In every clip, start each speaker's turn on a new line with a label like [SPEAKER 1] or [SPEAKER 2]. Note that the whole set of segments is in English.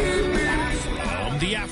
[SPEAKER 1] From the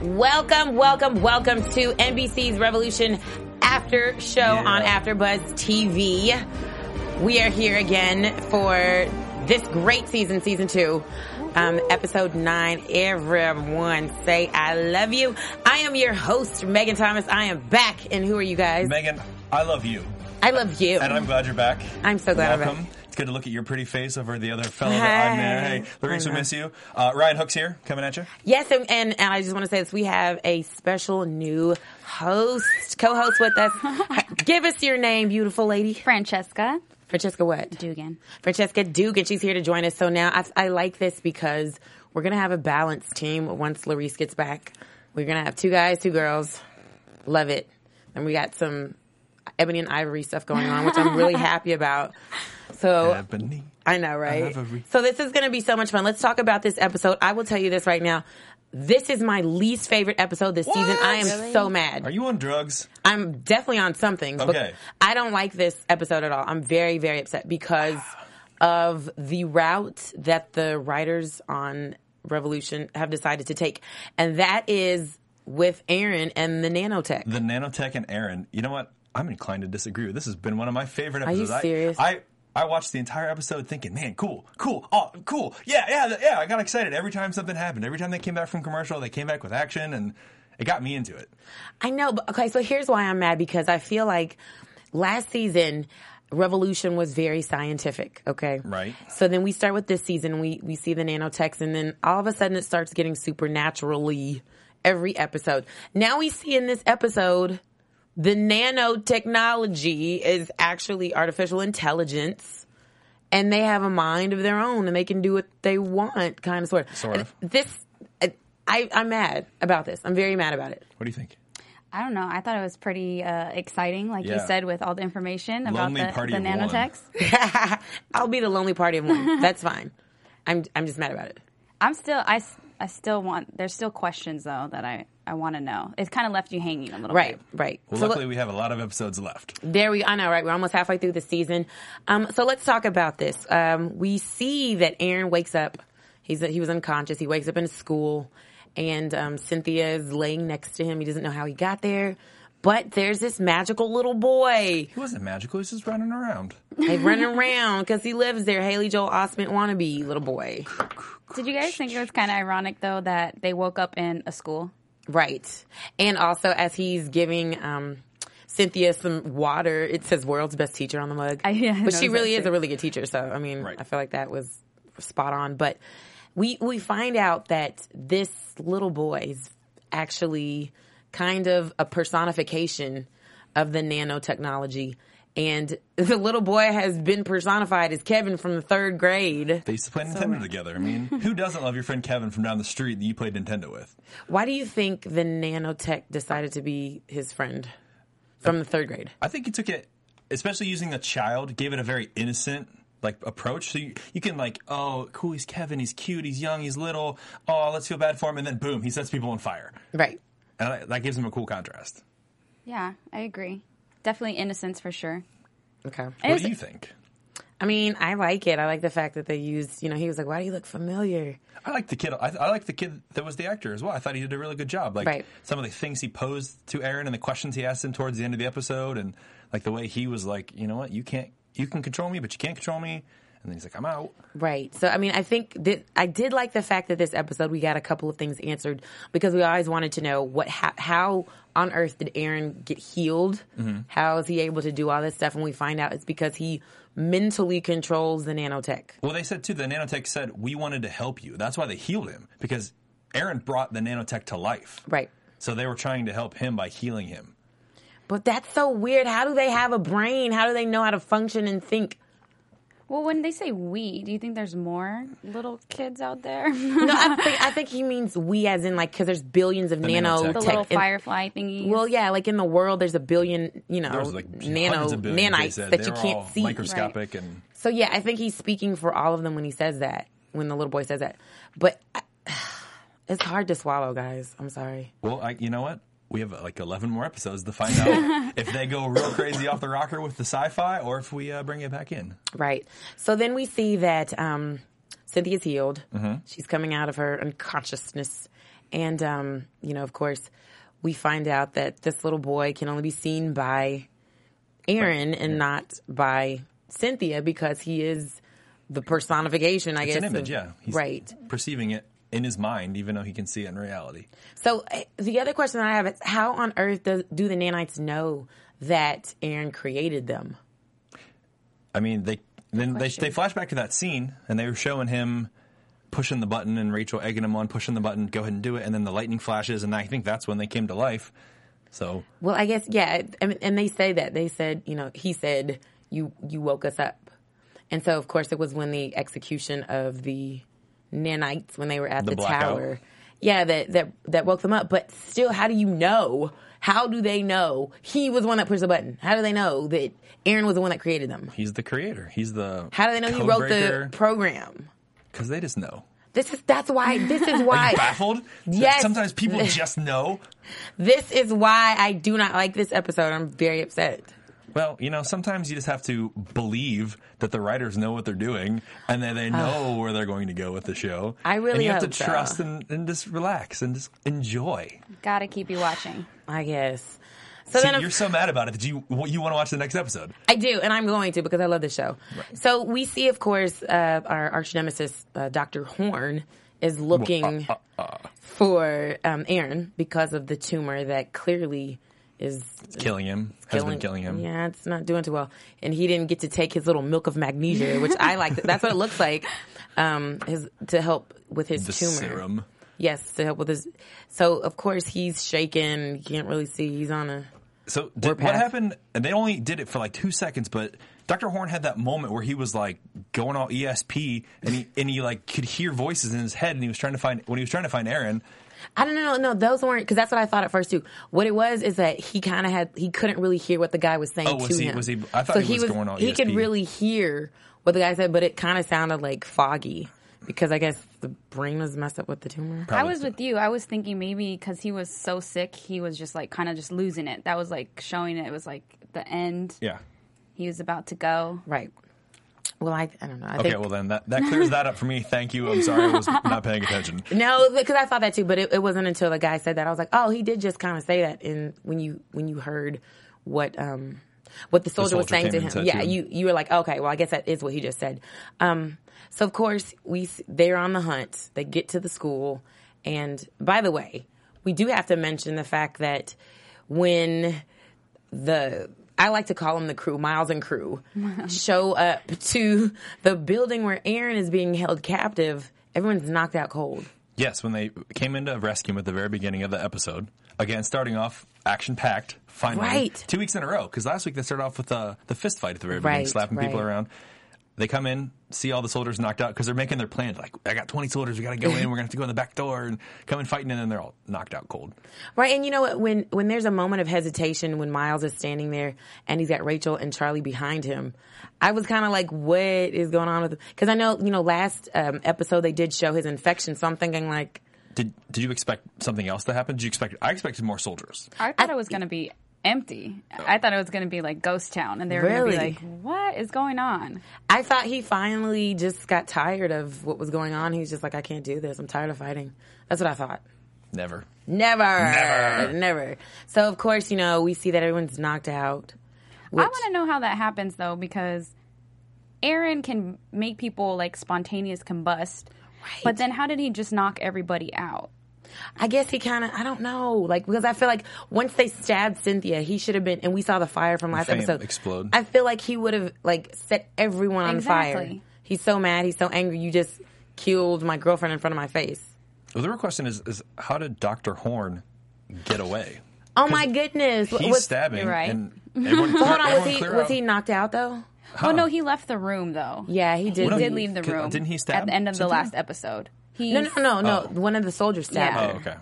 [SPEAKER 2] Welcome, welcome, welcome to NBC's Revolution After Show on AfterBuzz TV. We are here again for this great season, season two, um, episode nine. Everyone say I love you. I am your host, Megan Thomas. I am back, and who are you guys?
[SPEAKER 3] Megan, I love you,
[SPEAKER 2] I love you.
[SPEAKER 3] and I'm glad you're back.
[SPEAKER 2] I'm so glad I'm
[SPEAKER 3] Welcome.
[SPEAKER 2] back.
[SPEAKER 3] It's good to look at your pretty face over the other fellow that I'm there.
[SPEAKER 2] Hey.
[SPEAKER 3] Hey, Larissa,
[SPEAKER 2] I know.
[SPEAKER 3] we miss you. Uh, Ryan Hooks here, coming at you.
[SPEAKER 2] Yes, and, and, and I just want to say this: we have a special new host, co-host with us. Give us your name, beautiful lady,
[SPEAKER 4] Francesca
[SPEAKER 2] Francesca. What?
[SPEAKER 4] Dugan.
[SPEAKER 2] Francesca Duke, and she's here to join us. So now I, I like this because we're going to have a balanced team once Larice gets back. We're going to have two guys, two girls. Love it. And we got some ebony and ivory stuff going on, which I'm really happy about. So
[SPEAKER 3] Ebony.
[SPEAKER 2] I know, right?
[SPEAKER 3] Ivory.
[SPEAKER 2] So this is going to be so much fun. Let's talk about this episode. I will tell you this right now. This is my least favorite episode this season. I am
[SPEAKER 4] Really?
[SPEAKER 2] so mad.
[SPEAKER 3] Are you on drugs?
[SPEAKER 2] I'm definitely on some things, but
[SPEAKER 3] Okay.
[SPEAKER 2] I don't like this episode at all. I'm very, very upset because of the route that the writers on Revolution have decided to take. And that is with Aaron and the nanotech.
[SPEAKER 3] The nanotech and Aaron. You know what? I'm inclined to disagree. with- This has been one of my favorite
[SPEAKER 2] you
[SPEAKER 3] episodes. I-
[SPEAKER 2] serious?
[SPEAKER 3] I, I watched the entire episode thinking, man, cool, cool, oh, cool. Yeah, yeah, th- yeah. I got excited every time something happened. Every time they came back from commercial, they came back with action, and it got me into it.
[SPEAKER 2] I know, but okay, so here's why I'm mad because I feel like last season Revolution was very scientific, okay?
[SPEAKER 3] Right.
[SPEAKER 2] So then we start with this season, we we see the nanotechs and then all of a sudden it starts getting supernaturally every episode. Now we see in this episode the nanotechnology is actually artificial intelligence and they have a mind of their own and they can do what they want kind of sort of.
[SPEAKER 3] Sort of.
[SPEAKER 2] And This I, I'm mad about this. I'm very mad about it.
[SPEAKER 3] What do you think?
[SPEAKER 4] I don't know. I thought it was pretty uh, exciting, like you
[SPEAKER 3] Yeah.
[SPEAKER 4] said, with all the information about
[SPEAKER 3] Lonely
[SPEAKER 4] the,
[SPEAKER 3] party
[SPEAKER 4] the
[SPEAKER 3] of one.
[SPEAKER 4] nanotechs.
[SPEAKER 2] I'll be the lonely party of one. That's fine. I'm I'm just mad about it.
[SPEAKER 4] I'm still, I, s- I still want. There's still questions though that I, I want to know. It's kind of left you hanging a little
[SPEAKER 2] Right,
[SPEAKER 4] bit.
[SPEAKER 2] right.
[SPEAKER 3] Well,
[SPEAKER 2] so
[SPEAKER 3] luckily,
[SPEAKER 2] let-
[SPEAKER 3] we have a lot of episodes left.
[SPEAKER 2] there we. I know, right? We're almost halfway through the season. Um, so let's talk about this. Um, we see that Aaron wakes up. He's he was unconscious. He wakes up in school, and um, Cynthia is laying next to him. He doesn't know how he got there, but there's this magical little boy
[SPEAKER 3] He wasn't magical. He was just running around.
[SPEAKER 2] like, running around because he lives there. Haley Joel Osment wannabe little boy.
[SPEAKER 4] Did you guys think it was kind of ironic though that they woke up in a school?
[SPEAKER 2] Right. And also, as he's giving um, Cynthia some water, it says world's best teacher on the mug.
[SPEAKER 4] I- yeah, I
[SPEAKER 2] but she
[SPEAKER 4] noticed
[SPEAKER 2] really
[SPEAKER 4] that
[SPEAKER 2] is a really good teacher. So, I mean,
[SPEAKER 3] Right.
[SPEAKER 2] I feel like that was spot on. But we, we find out that this little boy is actually kind of a personification of the nanotechnology. And the little boy has been personified as Kevin from the third grade.
[SPEAKER 3] They used to play Nintendo together. I mean, who doesn't love your friend Kevin from down the street that you played Nintendo with?
[SPEAKER 2] Why do you think the nanotech decided to be his friend from the third grade?
[SPEAKER 3] I think he took it, especially using the child, gave it a very innocent like approach. So you, you can like, oh, cool, he's Kevin, he's cute, he's young, he's little. Oh, let's feel bad for him, and then boom, he sets people on fire,
[SPEAKER 2] Right.
[SPEAKER 3] and that- that gives him a cool contrast.
[SPEAKER 4] Yeah, I agree. Definitely innocence for sure.
[SPEAKER 2] Okay.
[SPEAKER 3] What do you think?
[SPEAKER 2] I mean, I like it. I like the fact that they used, you know, he was like, why do you look familiar?
[SPEAKER 3] I like the kid. I, I like the kid that was the actor as well. I thought he did a really good job. Like
[SPEAKER 2] Right.
[SPEAKER 3] some of the things he posed to Aaron and the questions he asked him towards the end of the episode, and like the way he was like, you know what, you can't, you can control me, but you can't control me. and then he's like, I'm out.
[SPEAKER 2] Right. So, I mean, I think that I did like the fact that this episode we got a couple of things answered because we always wanted to know what how, how on earth did Aaron get healed? How is he able to do all this stuff? And we find out it's because he mentally controls the nanotech.
[SPEAKER 3] Well, they said too. The nanotech said we wanted to help you. That's why they healed him because Aaron brought the nanotech to life.
[SPEAKER 2] Right.
[SPEAKER 3] So they were trying to help him by healing him.
[SPEAKER 2] But that's so weird. How do they have a brain? How do they know how to function and think?
[SPEAKER 4] Well, when they say we, do you think there's more little kids out there?
[SPEAKER 2] No, I think, I think he means we, as in like, because there's billions of nanotech.
[SPEAKER 3] nanotech.
[SPEAKER 4] the
[SPEAKER 3] tech
[SPEAKER 4] little
[SPEAKER 2] in-
[SPEAKER 4] firefly thingies.
[SPEAKER 2] well, yeah, like in the world, there's a billion, you know,
[SPEAKER 3] There was like
[SPEAKER 2] Oh, nano
[SPEAKER 3] hundreds of billions, they
[SPEAKER 2] nanites
[SPEAKER 3] said.
[SPEAKER 2] that
[SPEAKER 3] They
[SPEAKER 2] you
[SPEAKER 3] were
[SPEAKER 2] can't
[SPEAKER 3] all
[SPEAKER 2] see.
[SPEAKER 3] Microscopic and
[SPEAKER 2] So yeah, I think he's speaking for all of them when he says that. When the little boy says that, but I, it's hard to swallow, guys. I'm sorry.
[SPEAKER 3] well, I, you know what? We have uh, like 11 more episodes to find out if they go real crazy off the rocker with the sci-fi or if we uh, bring it back in.
[SPEAKER 2] Right. So then we see that um, Cynthia's healed.
[SPEAKER 3] Mm-hmm.
[SPEAKER 2] She's coming out of her unconsciousness. And, um, you know, of course, we find out that this little boy can only be seen by Aaron and not by Cynthia because he is the personification, I
[SPEAKER 3] It's
[SPEAKER 2] guess.
[SPEAKER 3] an
[SPEAKER 2] of-
[SPEAKER 3] image, yeah. He's
[SPEAKER 2] right.
[SPEAKER 3] Perceiving it in his mind, even though he can see it in reality.
[SPEAKER 2] So uh, the other question that I have is how on earth does, do the nanites know that Aaron created them?
[SPEAKER 3] I mean, they then they, they flash back to that scene and they were showing him pushing the button and Rachel egging him on, pushing the button, go ahead and do it, and then the lightning flashes, and I think that's when they came to life. So
[SPEAKER 2] Well, I guess yeah, and, and they say that they said you know he said you you woke us up, and so of course it was when the execution of the nanites when they were at the,
[SPEAKER 3] The blackout.
[SPEAKER 2] tower, yeah that that that woke them up. But still, how do you know? How do they know he was the one that pushed the button? How do they know that Aaron was the one that created them?
[SPEAKER 3] he's the creator. He's the
[SPEAKER 2] How do they know he wrote the program?
[SPEAKER 3] Because they just know.
[SPEAKER 2] This is that's why this is why
[SPEAKER 3] Are you baffled?
[SPEAKER 2] Yes.
[SPEAKER 3] Sometimes people just know.
[SPEAKER 2] this is why I do not like this episode. I'm very upset.
[SPEAKER 3] Well, you know, sometimes you just have to believe that the writers know what they're doing and that they know where they're going to go with the show.
[SPEAKER 2] I
[SPEAKER 3] and
[SPEAKER 2] really
[SPEAKER 3] you have
[SPEAKER 2] hope
[SPEAKER 3] to
[SPEAKER 2] so.
[SPEAKER 3] trust and, and just relax and just enjoy.
[SPEAKER 4] Gotta keep you watching.
[SPEAKER 2] I guess. So
[SPEAKER 3] See,
[SPEAKER 2] then, of
[SPEAKER 3] you're so mad about it that you you want to watch the next episode.
[SPEAKER 2] I do, and I'm going to because I love the show. So we see, of course, uh, our arch nemesis, uh, Dr. Horn, is looking
[SPEAKER 3] uh,
[SPEAKER 2] for um, Aaron because of the tumor that clearly is
[SPEAKER 3] Killing him has been killing him.
[SPEAKER 2] Yeah, it's not doing too well. And he didn't get to take his little milk of magnesia, which I like. That's what it looks like um, his, to help with his
[SPEAKER 3] The
[SPEAKER 2] tumor.
[SPEAKER 3] serum.
[SPEAKER 2] Yes, to help with his. So, of course, he's shaken. You can't really see. He's on a.
[SPEAKER 3] So did- what
[SPEAKER 2] path.
[SPEAKER 3] happened? And they only did it for like two seconds, but Dr. Horn had that moment where he was like going all ESP, and he and he like could hear voices in his head, and he was trying to find when he was trying to find Aaron.
[SPEAKER 2] I don't know. No, those weren't because that's what I thought at first too. What it was is that he kind of had he couldn't really hear what the guy was saying
[SPEAKER 3] Oh, was
[SPEAKER 2] to
[SPEAKER 3] he-
[SPEAKER 2] him.
[SPEAKER 3] was he- I thought
[SPEAKER 2] so
[SPEAKER 3] he was going on E
[SPEAKER 2] He could
[SPEAKER 3] ESP.
[SPEAKER 2] really hear what the guy said, but it kind of sounded like foggy because I guess the brain was messed up with the tumor.
[SPEAKER 4] I was with you. I was thinking maybe because he was so sick, he was just like kind of just losing it. That was like showing it. It was like the end.
[SPEAKER 3] Yeah.
[SPEAKER 4] He was about to go.
[SPEAKER 2] Right. Well, I I don't know. I
[SPEAKER 3] Okay.
[SPEAKER 2] think,
[SPEAKER 3] Well, then that that clears that up for me. Thank you. I'm sorry I was not paying attention.
[SPEAKER 2] No, because I thought that too, but it, it wasn't until the guy said that I was like, oh, he did just kind of say that. And when you when you heard what um what the soldier, was
[SPEAKER 3] soldier
[SPEAKER 2] saying
[SPEAKER 3] came
[SPEAKER 2] to
[SPEAKER 3] and
[SPEAKER 2] him,
[SPEAKER 3] said
[SPEAKER 2] yeah,
[SPEAKER 3] to him.
[SPEAKER 2] you you were like, okay, well, I guess that is what he just said. Um, so of course we s- they're on the hunt. They get to the school, and by the way, we do have to mention the fact that when the I like to call them the crew, Miles and crew, show up to the building where Aaron is being held captive. Everyone's knocked out cold.
[SPEAKER 3] Yes, when they came into rescue him at the very beginning of the episode. Again, starting off action packed. Finally,
[SPEAKER 2] Right.
[SPEAKER 3] two weeks in a row. Because last week they started off with uh, the fist fight at the very
[SPEAKER 2] Right,
[SPEAKER 3] beginning, slapping people
[SPEAKER 2] right.
[SPEAKER 3] around. They come in, see all the soldiers knocked out because they're making their plan. Like, I got twenty soldiers. We got to go in. We're gonna have to go in the back door and come and fighting. And then they're all knocked out cold.
[SPEAKER 2] Right, and you know what? When when there's a moment of hesitation, when Miles is standing there and he's got Rachel and Charlie behind him, I was kind of like, "What is going on with him?" Because I know, you know, last um, episode they did show his infection, so I'm thinking like,
[SPEAKER 3] Did Did you expect something else to happen? Did you expect? I expected more soldiers.
[SPEAKER 4] I thought it was going to be empty. I thought it was going to be like Ghost Town, and they were
[SPEAKER 2] Really?
[SPEAKER 4] going to be like, "What is going on?"
[SPEAKER 2] I thought he finally just got tired of what was going on. He's just like, "I can't do this. I'm tired of fighting." That's what I thought.
[SPEAKER 3] Never.
[SPEAKER 2] Never, never, never. So of course, you know, we see that everyone's knocked out.
[SPEAKER 4] I want to know how that happens though, because Aaron can make people like spontaneous combust. But then how did he just knock everybody out?
[SPEAKER 2] I guess he kind of, I don't know, like, because I feel like once they stabbed Cynthia, he should have been, and we saw the fire from last
[SPEAKER 3] Fame
[SPEAKER 2] episode
[SPEAKER 3] explode.
[SPEAKER 2] I feel like he would have, like, set everyone on fire.
[SPEAKER 4] Exactly.
[SPEAKER 2] He's so mad, he's so angry, you just killed my girlfriend in front of my face.
[SPEAKER 3] Well, the real question is, is how did Dr. Horn get away?
[SPEAKER 2] Oh my goodness.
[SPEAKER 3] He's
[SPEAKER 2] Was-
[SPEAKER 3] stabbing.
[SPEAKER 4] You're right.
[SPEAKER 3] And everyone,
[SPEAKER 2] Hold on, was
[SPEAKER 3] everyone
[SPEAKER 2] he,
[SPEAKER 3] clear
[SPEAKER 2] was
[SPEAKER 3] out.
[SPEAKER 2] he knocked out though?
[SPEAKER 4] Well, no, he left the room though.
[SPEAKER 2] Yeah, he did.
[SPEAKER 4] he
[SPEAKER 3] no,
[SPEAKER 4] did
[SPEAKER 3] he-
[SPEAKER 4] leave the
[SPEAKER 3] could-
[SPEAKER 4] room.
[SPEAKER 3] didn't he
[SPEAKER 4] at
[SPEAKER 3] stab
[SPEAKER 4] the end of the
[SPEAKER 3] Cynthia?
[SPEAKER 4] last episode? He
[SPEAKER 2] No, no, no, no. One of the soldiers stabbed
[SPEAKER 4] Yeah.
[SPEAKER 2] her.
[SPEAKER 3] Oh, okay.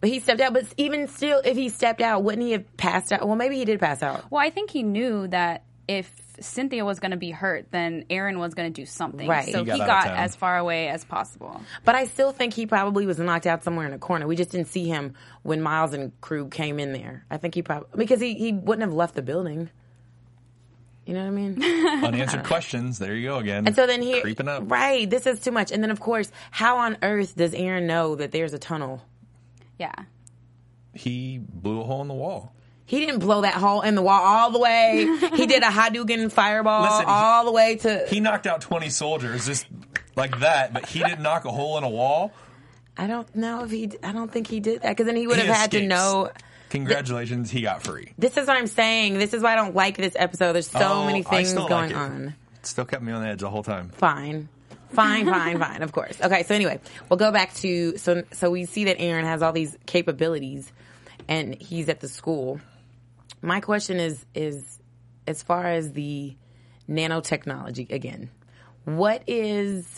[SPEAKER 2] But he stepped out. But even still, if he stepped out, wouldn't he have passed out? Well, maybe he did pass out.
[SPEAKER 4] Well, I think he knew that if Cynthia was going to be hurt, then Aaron was going to do something.
[SPEAKER 2] Right.
[SPEAKER 4] So
[SPEAKER 2] He
[SPEAKER 4] he
[SPEAKER 3] got
[SPEAKER 4] got,
[SPEAKER 3] out of town.
[SPEAKER 4] as far away as possible.
[SPEAKER 2] But I still think he probably was knocked out somewhere in a corner. We just didn't see him when Miles and crew came in there. I think he probably, because he, he wouldn't have left the building. You know what I mean?
[SPEAKER 3] Unanswered questions. There you go again.
[SPEAKER 2] And so then here,
[SPEAKER 3] creeping up.
[SPEAKER 2] Right. This is too much. And then, of course, how on earth does Aaron know that there's a tunnel?
[SPEAKER 4] Yeah.
[SPEAKER 3] He blew a hole in the wall.
[SPEAKER 2] He didn't blow that hole in the wall all the way. he did a Hadouken fireball
[SPEAKER 3] Listen, he-
[SPEAKER 2] all the way to.
[SPEAKER 3] He knocked out 20 soldiers just like that, but he didn't knock a hole in a wall.
[SPEAKER 2] I don't know if he. d- I don't think he did that because then he would
[SPEAKER 3] He
[SPEAKER 2] have had to
[SPEAKER 3] escapes.
[SPEAKER 2] know.
[SPEAKER 3] Congratulations, he got free.
[SPEAKER 2] This is what I'm saying. This is why I don't like this episode. There's so
[SPEAKER 3] Oh,
[SPEAKER 2] many
[SPEAKER 3] I
[SPEAKER 2] things
[SPEAKER 3] still
[SPEAKER 2] going
[SPEAKER 3] like it.
[SPEAKER 2] on.
[SPEAKER 3] Still kept me on the edge the whole time.
[SPEAKER 2] Fine. Fine, fine, fine, of course. Okay, so anyway, we'll go back to so so we see that Aaron has all these capabilities and he's at the school. My question is is as far as the nanotechnology again. What is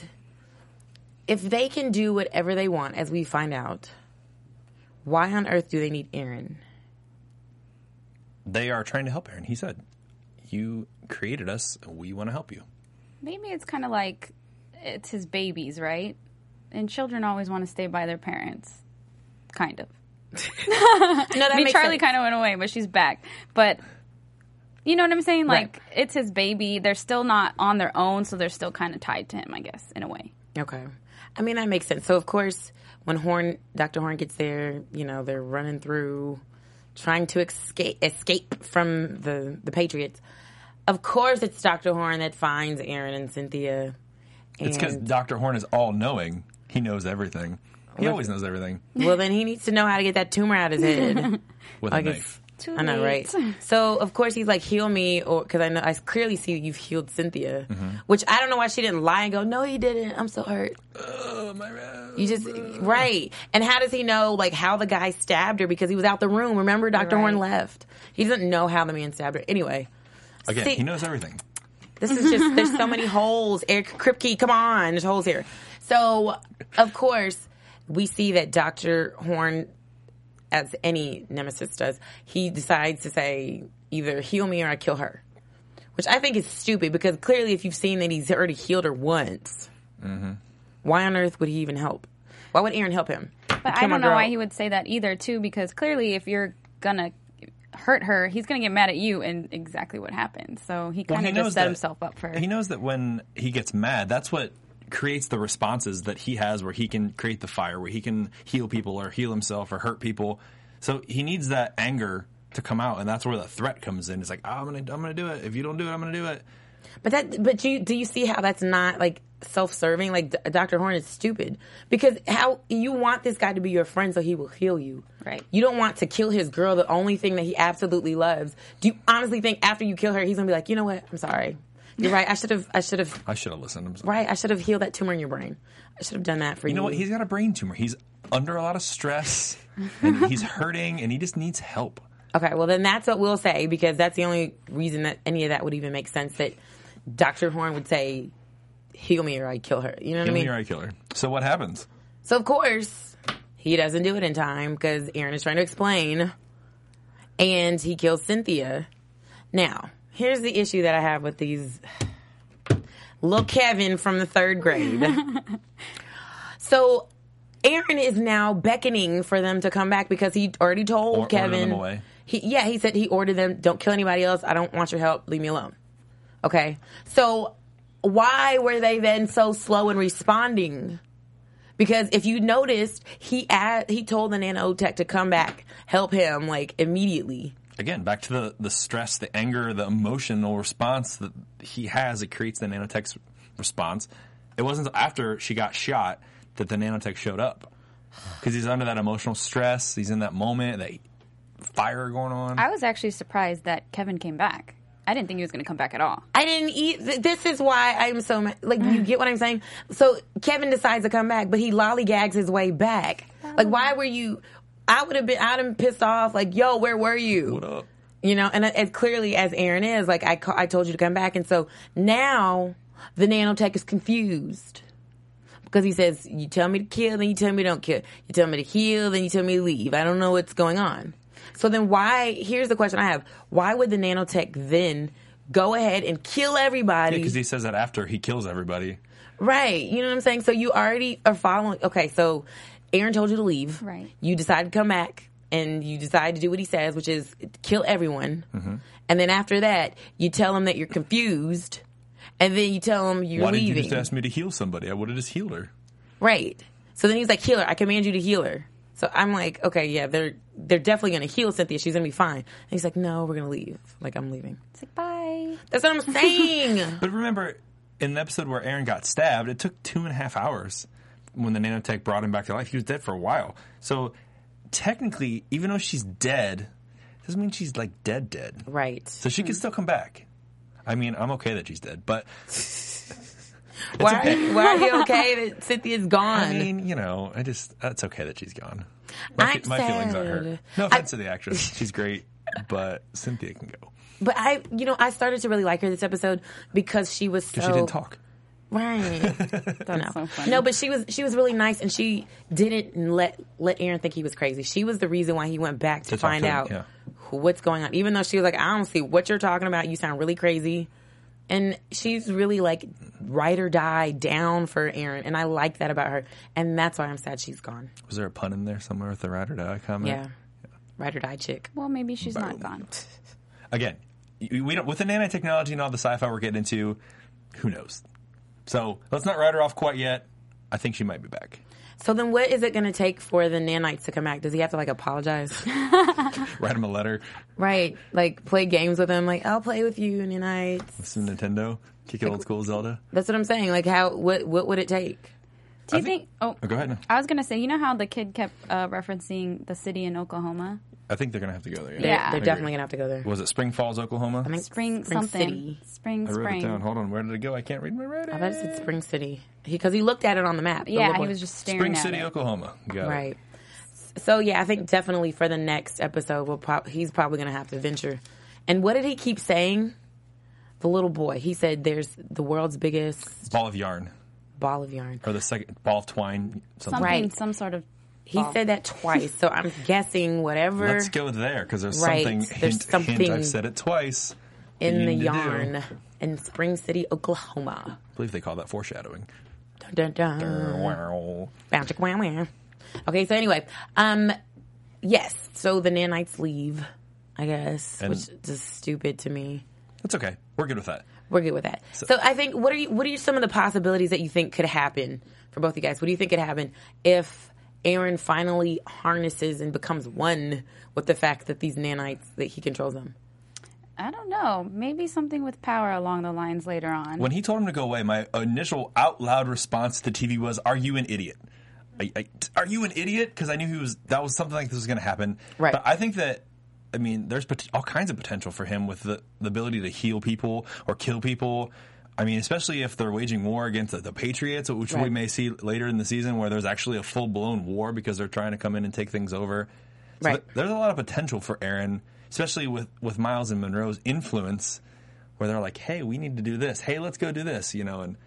[SPEAKER 2] if they can do whatever they want as we find out, why on earth do they need Aaron?
[SPEAKER 3] They are trying to help Aaron. He said, You created us. We want to help you.
[SPEAKER 4] Maybe it's kind of like it's his babies, right? And children always want to stay by their parents. Kind of.
[SPEAKER 2] No, that
[SPEAKER 4] I mean,
[SPEAKER 2] makes
[SPEAKER 4] Charlie
[SPEAKER 2] sense.
[SPEAKER 4] kind of went away, but she's back. But you know what I'm saying? Like, it's his baby. They're still not on their own, so they're still kind of tied to him, I guess, in a way.
[SPEAKER 2] Okay. I mean, that makes sense. So, of course, when Horn, Dr. Horn gets there, you know, they're running through, trying to escape, escape from the, the Patriots. Of course, it's Dr. Horn that finds Aaron and Cynthia.
[SPEAKER 3] It's because
[SPEAKER 2] And-
[SPEAKER 3] Dr. Horn is all knowing. He knows everything. He always knows everything
[SPEAKER 2] Well, then he needs to know how to get that tumor out of his head.
[SPEAKER 3] with
[SPEAKER 2] Like
[SPEAKER 3] a
[SPEAKER 2] it's-
[SPEAKER 3] knife.
[SPEAKER 4] Too
[SPEAKER 2] I know, right? So, of course, he's like, "Heal me," or because I know I clearly see you've healed Cynthia, which I don't know why she didn't lie and go, "No, he didn't. I'm so hurt."
[SPEAKER 3] Oh, my God.
[SPEAKER 2] You just right. And how does he know like how the guy stabbed her because he was out the room? Remember, Doctor Horn
[SPEAKER 4] Right.
[SPEAKER 2] left. He doesn't know how the man stabbed her. Anyway,
[SPEAKER 3] Again,
[SPEAKER 2] See-
[SPEAKER 3] he knows everything.
[SPEAKER 2] this is just there's so many holes. Eric Kripke, come on, there's holes here. So of course we see that Doctor Horn, as any nemesis does, he decides to say either heal me or I kill her, which I think is stupid because clearly if you've seen that he's already healed her once, why on earth would he even help? Why would Aaron help him?
[SPEAKER 4] But I
[SPEAKER 2] Come on,
[SPEAKER 4] don't know why
[SPEAKER 2] girl.
[SPEAKER 4] he would say that either, too, because clearly, if you're gonna hurt her, he's gonna get mad at you, and exactly what happened. So he kind
[SPEAKER 3] he
[SPEAKER 4] of
[SPEAKER 3] knows
[SPEAKER 4] just set
[SPEAKER 3] that-
[SPEAKER 4] himself up for.
[SPEAKER 3] He knows that when he gets mad, that's what creates the responses that he has where he can create the fire, where he can heal people or heal himself or hurt people. So he needs that anger to come out and that's where the threat comes in. It's like, "Ah, I'm going to I'm going to do it. If you don't do it, I'm going to do it."
[SPEAKER 2] But that, but you do you see how that's not like self-serving? Like D- Dr. Horn is stupid because how you want this guy to be your friend so he will heal you.
[SPEAKER 4] Right.
[SPEAKER 2] You don't want to kill his girl, the only thing that he absolutely loves. Do you honestly think after you kill her, he's gonna be like, you know what? I'm sorry. You're right. I should have. I should have.
[SPEAKER 3] I should have listened. I'm sorry.
[SPEAKER 2] Right. I should have healed that tumor in your brain. I should have done that for you.
[SPEAKER 3] You know what? He's got a brain tumor. He's under a lot of stress and he's hurting and he just needs help.
[SPEAKER 2] Okay, well then that's what we'll say because that's the only reason that any of that would even make sense that Dr. Horn would say, heal me or I kill her. You know what I
[SPEAKER 3] Heal
[SPEAKER 2] mean?
[SPEAKER 3] me or I kill her. So what happens?
[SPEAKER 2] So of course, he doesn't do it in time because Aaron is trying to explain, and he kills Cynthia. Now, here's the issue that I have with these little Kevin from the third grade. so. Aaron is now beckoning for them to come back because he already told
[SPEAKER 3] Or- order
[SPEAKER 2] Kevin.
[SPEAKER 3] them away.
[SPEAKER 2] He, yeah, he said he ordered them. Don't kill anybody else. I don't want your help. Leave me alone. Okay. So why were they then so slow in responding? Because if you noticed, he ad- he told the nanotech to come back, help him like immediately.
[SPEAKER 3] again back to the the stress, the anger, the emotional response that he has. It creates the nanotech's response. It wasn't until after she got shot that the nanotech showed up because he's under that emotional stress. He's in that moment, that fire going on.
[SPEAKER 4] I was actually surprised that Kevin came back. I didn't think he was going to come back at all.
[SPEAKER 2] I didn't eat. th- This is why I'm so ma- like you get what I'm saying. So Kevin decides to come back, but he lollygags his way back. Like why were you? I would have been. I'd have been pissed off. Like yo, where were you?
[SPEAKER 3] What up?
[SPEAKER 2] You know, and as clearly as Aaron is, like I, ca- I told you to come back, and so now the nanotech is confused because he says, "You tell me to kill, then you tell me don't kill. You tell me to heal, then you tell me to leave. I don't know what's going on." So then, why? Here's the question I have: Why would the nanotech then go ahead and kill everybody?
[SPEAKER 3] Because he says that after he kills everybody.
[SPEAKER 2] Right. You know what I'm saying? So you already are following. Okay, so Aaron told you to leave.
[SPEAKER 4] Right.
[SPEAKER 2] You decide to come back and you decide to do what he says, which is kill everyone.
[SPEAKER 3] Mm-hmm.
[SPEAKER 2] And then after that, you tell him that you're confused. And then you tell him you're
[SPEAKER 3] Why did
[SPEAKER 2] leaving.
[SPEAKER 3] you just ask me to heal somebody? I would have just healed her.
[SPEAKER 2] Right. So then he's like, "Healer, I command you to heal her." So I'm like, "Okay, yeah, they're they're definitely gonna heal Cynthia. She's gonna be fine." And he's like, "No, we're gonna leave. Like I'm leaving."
[SPEAKER 4] It's like, bye.
[SPEAKER 2] That's what I'm saying.
[SPEAKER 3] But remember, in the episode where Aaron got stabbed, it took two and a half hours when the nanotech brought him back to life. He was dead for a while. So technically, even though she's dead, doesn't mean she's like dead dead.
[SPEAKER 2] right.
[SPEAKER 3] So she can still come back. I mean, I'm okay that she's dead, but
[SPEAKER 2] why,
[SPEAKER 3] okay.
[SPEAKER 2] why are you okay that Cynthia's gone?
[SPEAKER 3] I mean, you know, I just it's okay that she's gone. My,
[SPEAKER 2] I'm
[SPEAKER 3] my feelings aren't hurt.
[SPEAKER 2] sad.
[SPEAKER 3] No offense to the actress, she's great, but Cynthia can go
[SPEAKER 2] But I, you know, I started to really like her this episode because she was so
[SPEAKER 3] because she didn't talk.
[SPEAKER 2] right. Don't know.
[SPEAKER 4] so funny.
[SPEAKER 2] No, but she was she was really nice, and she didn't let let Aaron think he was crazy. She was the reason why he went back to,
[SPEAKER 3] To talk
[SPEAKER 2] find
[SPEAKER 3] to him,
[SPEAKER 2] out
[SPEAKER 3] yeah.
[SPEAKER 2] who, what's going on. Even though she was like, I don't see what you're talking about. You sound really crazy. And she's really like ride or die down for Aaron, and I like that about her, and that's why I'm sad she's gone.
[SPEAKER 3] Was there a pun in there somewhere with the ride or die comment?
[SPEAKER 2] Yeah, ride or die chick.
[SPEAKER 4] Well, maybe she's not gone.
[SPEAKER 3] again, y- we don't with the nanotechnology and all the sci-fi we're getting into, who knows? So let's not write her off quite yet. I think she might be back.
[SPEAKER 2] So then, what is it going to take for the nanites to come back? Does he have to like apologize?
[SPEAKER 3] Write him a letter,
[SPEAKER 2] Right. Like play games with him. Like I'll play with you and I.
[SPEAKER 3] some Nintendo, kick it old school Zelda.
[SPEAKER 2] That's what I'm saying. Like how? What? What would it take?
[SPEAKER 4] Do
[SPEAKER 3] I
[SPEAKER 4] you think?
[SPEAKER 3] think-
[SPEAKER 4] Oh,
[SPEAKER 3] Oh, go ahead.
[SPEAKER 4] I was gonna say, you know how the kid kept uh, referencing the city in Oklahoma,
[SPEAKER 3] I think they're gonna have to go there.
[SPEAKER 2] They're,
[SPEAKER 4] Yeah.
[SPEAKER 2] they're
[SPEAKER 4] Agreed.
[SPEAKER 2] definitely gonna have to go there.
[SPEAKER 3] Was it Spring Falls, Oklahoma? I,
[SPEAKER 2] Spring
[SPEAKER 4] spring, something,
[SPEAKER 2] City.
[SPEAKER 4] spring,
[SPEAKER 3] wrote
[SPEAKER 4] spring.
[SPEAKER 3] it down. Hold on, where did it go? I can't read my writing.
[SPEAKER 2] I bet it said Spring City because he, looked at it on the map. the
[SPEAKER 4] Yeah,
[SPEAKER 2] little
[SPEAKER 4] he
[SPEAKER 2] boy.
[SPEAKER 4] was just staring
[SPEAKER 3] Spring
[SPEAKER 4] at
[SPEAKER 3] City,
[SPEAKER 4] it.
[SPEAKER 3] Oklahoma. You Got it.
[SPEAKER 2] right. So yeah, I think definitely for the next episode, we'll prob- he's probably gonna have to venture. And what did he keep saying? The little boy. He said, "There's the world's biggest
[SPEAKER 3] Ball of yarn
[SPEAKER 2] ball of yarn."
[SPEAKER 3] or the second ball of twine. Something.
[SPEAKER 4] Something,
[SPEAKER 2] Right.
[SPEAKER 4] some sort of.
[SPEAKER 2] He said that twice, so I'm guessing whatever.
[SPEAKER 3] Let's go there because there's
[SPEAKER 2] Right.
[SPEAKER 3] something.
[SPEAKER 2] There's
[SPEAKER 3] hint, Hint,
[SPEAKER 2] something
[SPEAKER 3] I've said it twice.
[SPEAKER 2] in
[SPEAKER 3] you
[SPEAKER 2] the
[SPEAKER 3] need to do.
[SPEAKER 2] yarn in Spring City, Oklahoma.
[SPEAKER 3] I believe they call that foreshadowing.
[SPEAKER 2] Dun, dun, dun.
[SPEAKER 3] Wow.
[SPEAKER 2] Bow, chicka, wow, wow. Okay, so anyway, um, yes, so the nanites leave, I guess,
[SPEAKER 3] And-
[SPEAKER 2] which is just stupid to me.
[SPEAKER 3] That's okay. We're good with that.
[SPEAKER 2] We're good with that. So, I think what are you, what are some of the possibilities that you think could happen for both you guys? What do you think could happen if Aaron finally harnesses and becomes one with the fact that these nanites that he controls them?
[SPEAKER 4] I don't know. Maybe something with power along the lines later on.
[SPEAKER 3] When he told him to go away, my initial out loud response to TV was, "Are you an idiot? I, I, are you an idiot?" Because I knew he was. That was something like this was going to happen.
[SPEAKER 2] Right.
[SPEAKER 3] But I think that. I mean, there's pot- all kinds of potential for him with the, the ability to heal people or kill people. I mean, especially if they're waging war against the, the Patriots, which we
[SPEAKER 2] Right.
[SPEAKER 3] may see later in the season, where there's actually a full blown war because they're trying to come in and take things over. So
[SPEAKER 2] Right.
[SPEAKER 3] th- there's a lot of potential for Aaron, especially with, with Miles and Monroe's influence, where they're like, hey, we need to do this. Hey, let's go do this, you know, and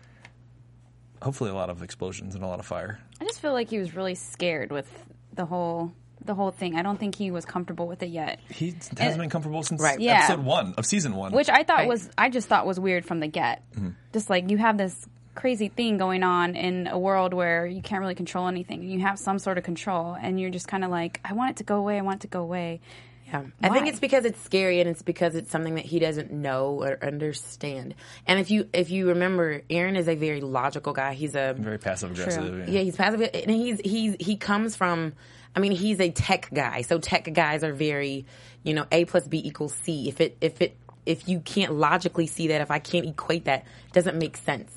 [SPEAKER 3] hopefully a lot of explosions and a lot of fire.
[SPEAKER 4] I just feel like he was really scared with the whole the whole thing. I don't think he was comfortable with it yet.
[SPEAKER 3] He hasn't been comfortable since
[SPEAKER 2] Right.
[SPEAKER 4] Yeah.
[SPEAKER 3] episode one of season one.
[SPEAKER 4] which I thought
[SPEAKER 2] Right.
[SPEAKER 4] was I just thought was weird from the get. Just like you have this crazy thing going on in a world where you can't really control anything. You have some sort of control, and you're just kind of like, I want it to go away. I want it to go away.
[SPEAKER 2] him. I think
[SPEAKER 4] Why?
[SPEAKER 2] it's because it's scary and it's because it's something that he doesn't know or understand. And if you if you remember, Aaron is a very logical guy. He's a
[SPEAKER 3] Very passive aggressive.
[SPEAKER 2] yeah, he's passive, and he's he's he comes from. I mean, he's a tech guy, so tech guys are very, you know, a plus b equals c. If it if it if you can't logically see that, if I can't equate that, it doesn't make sense.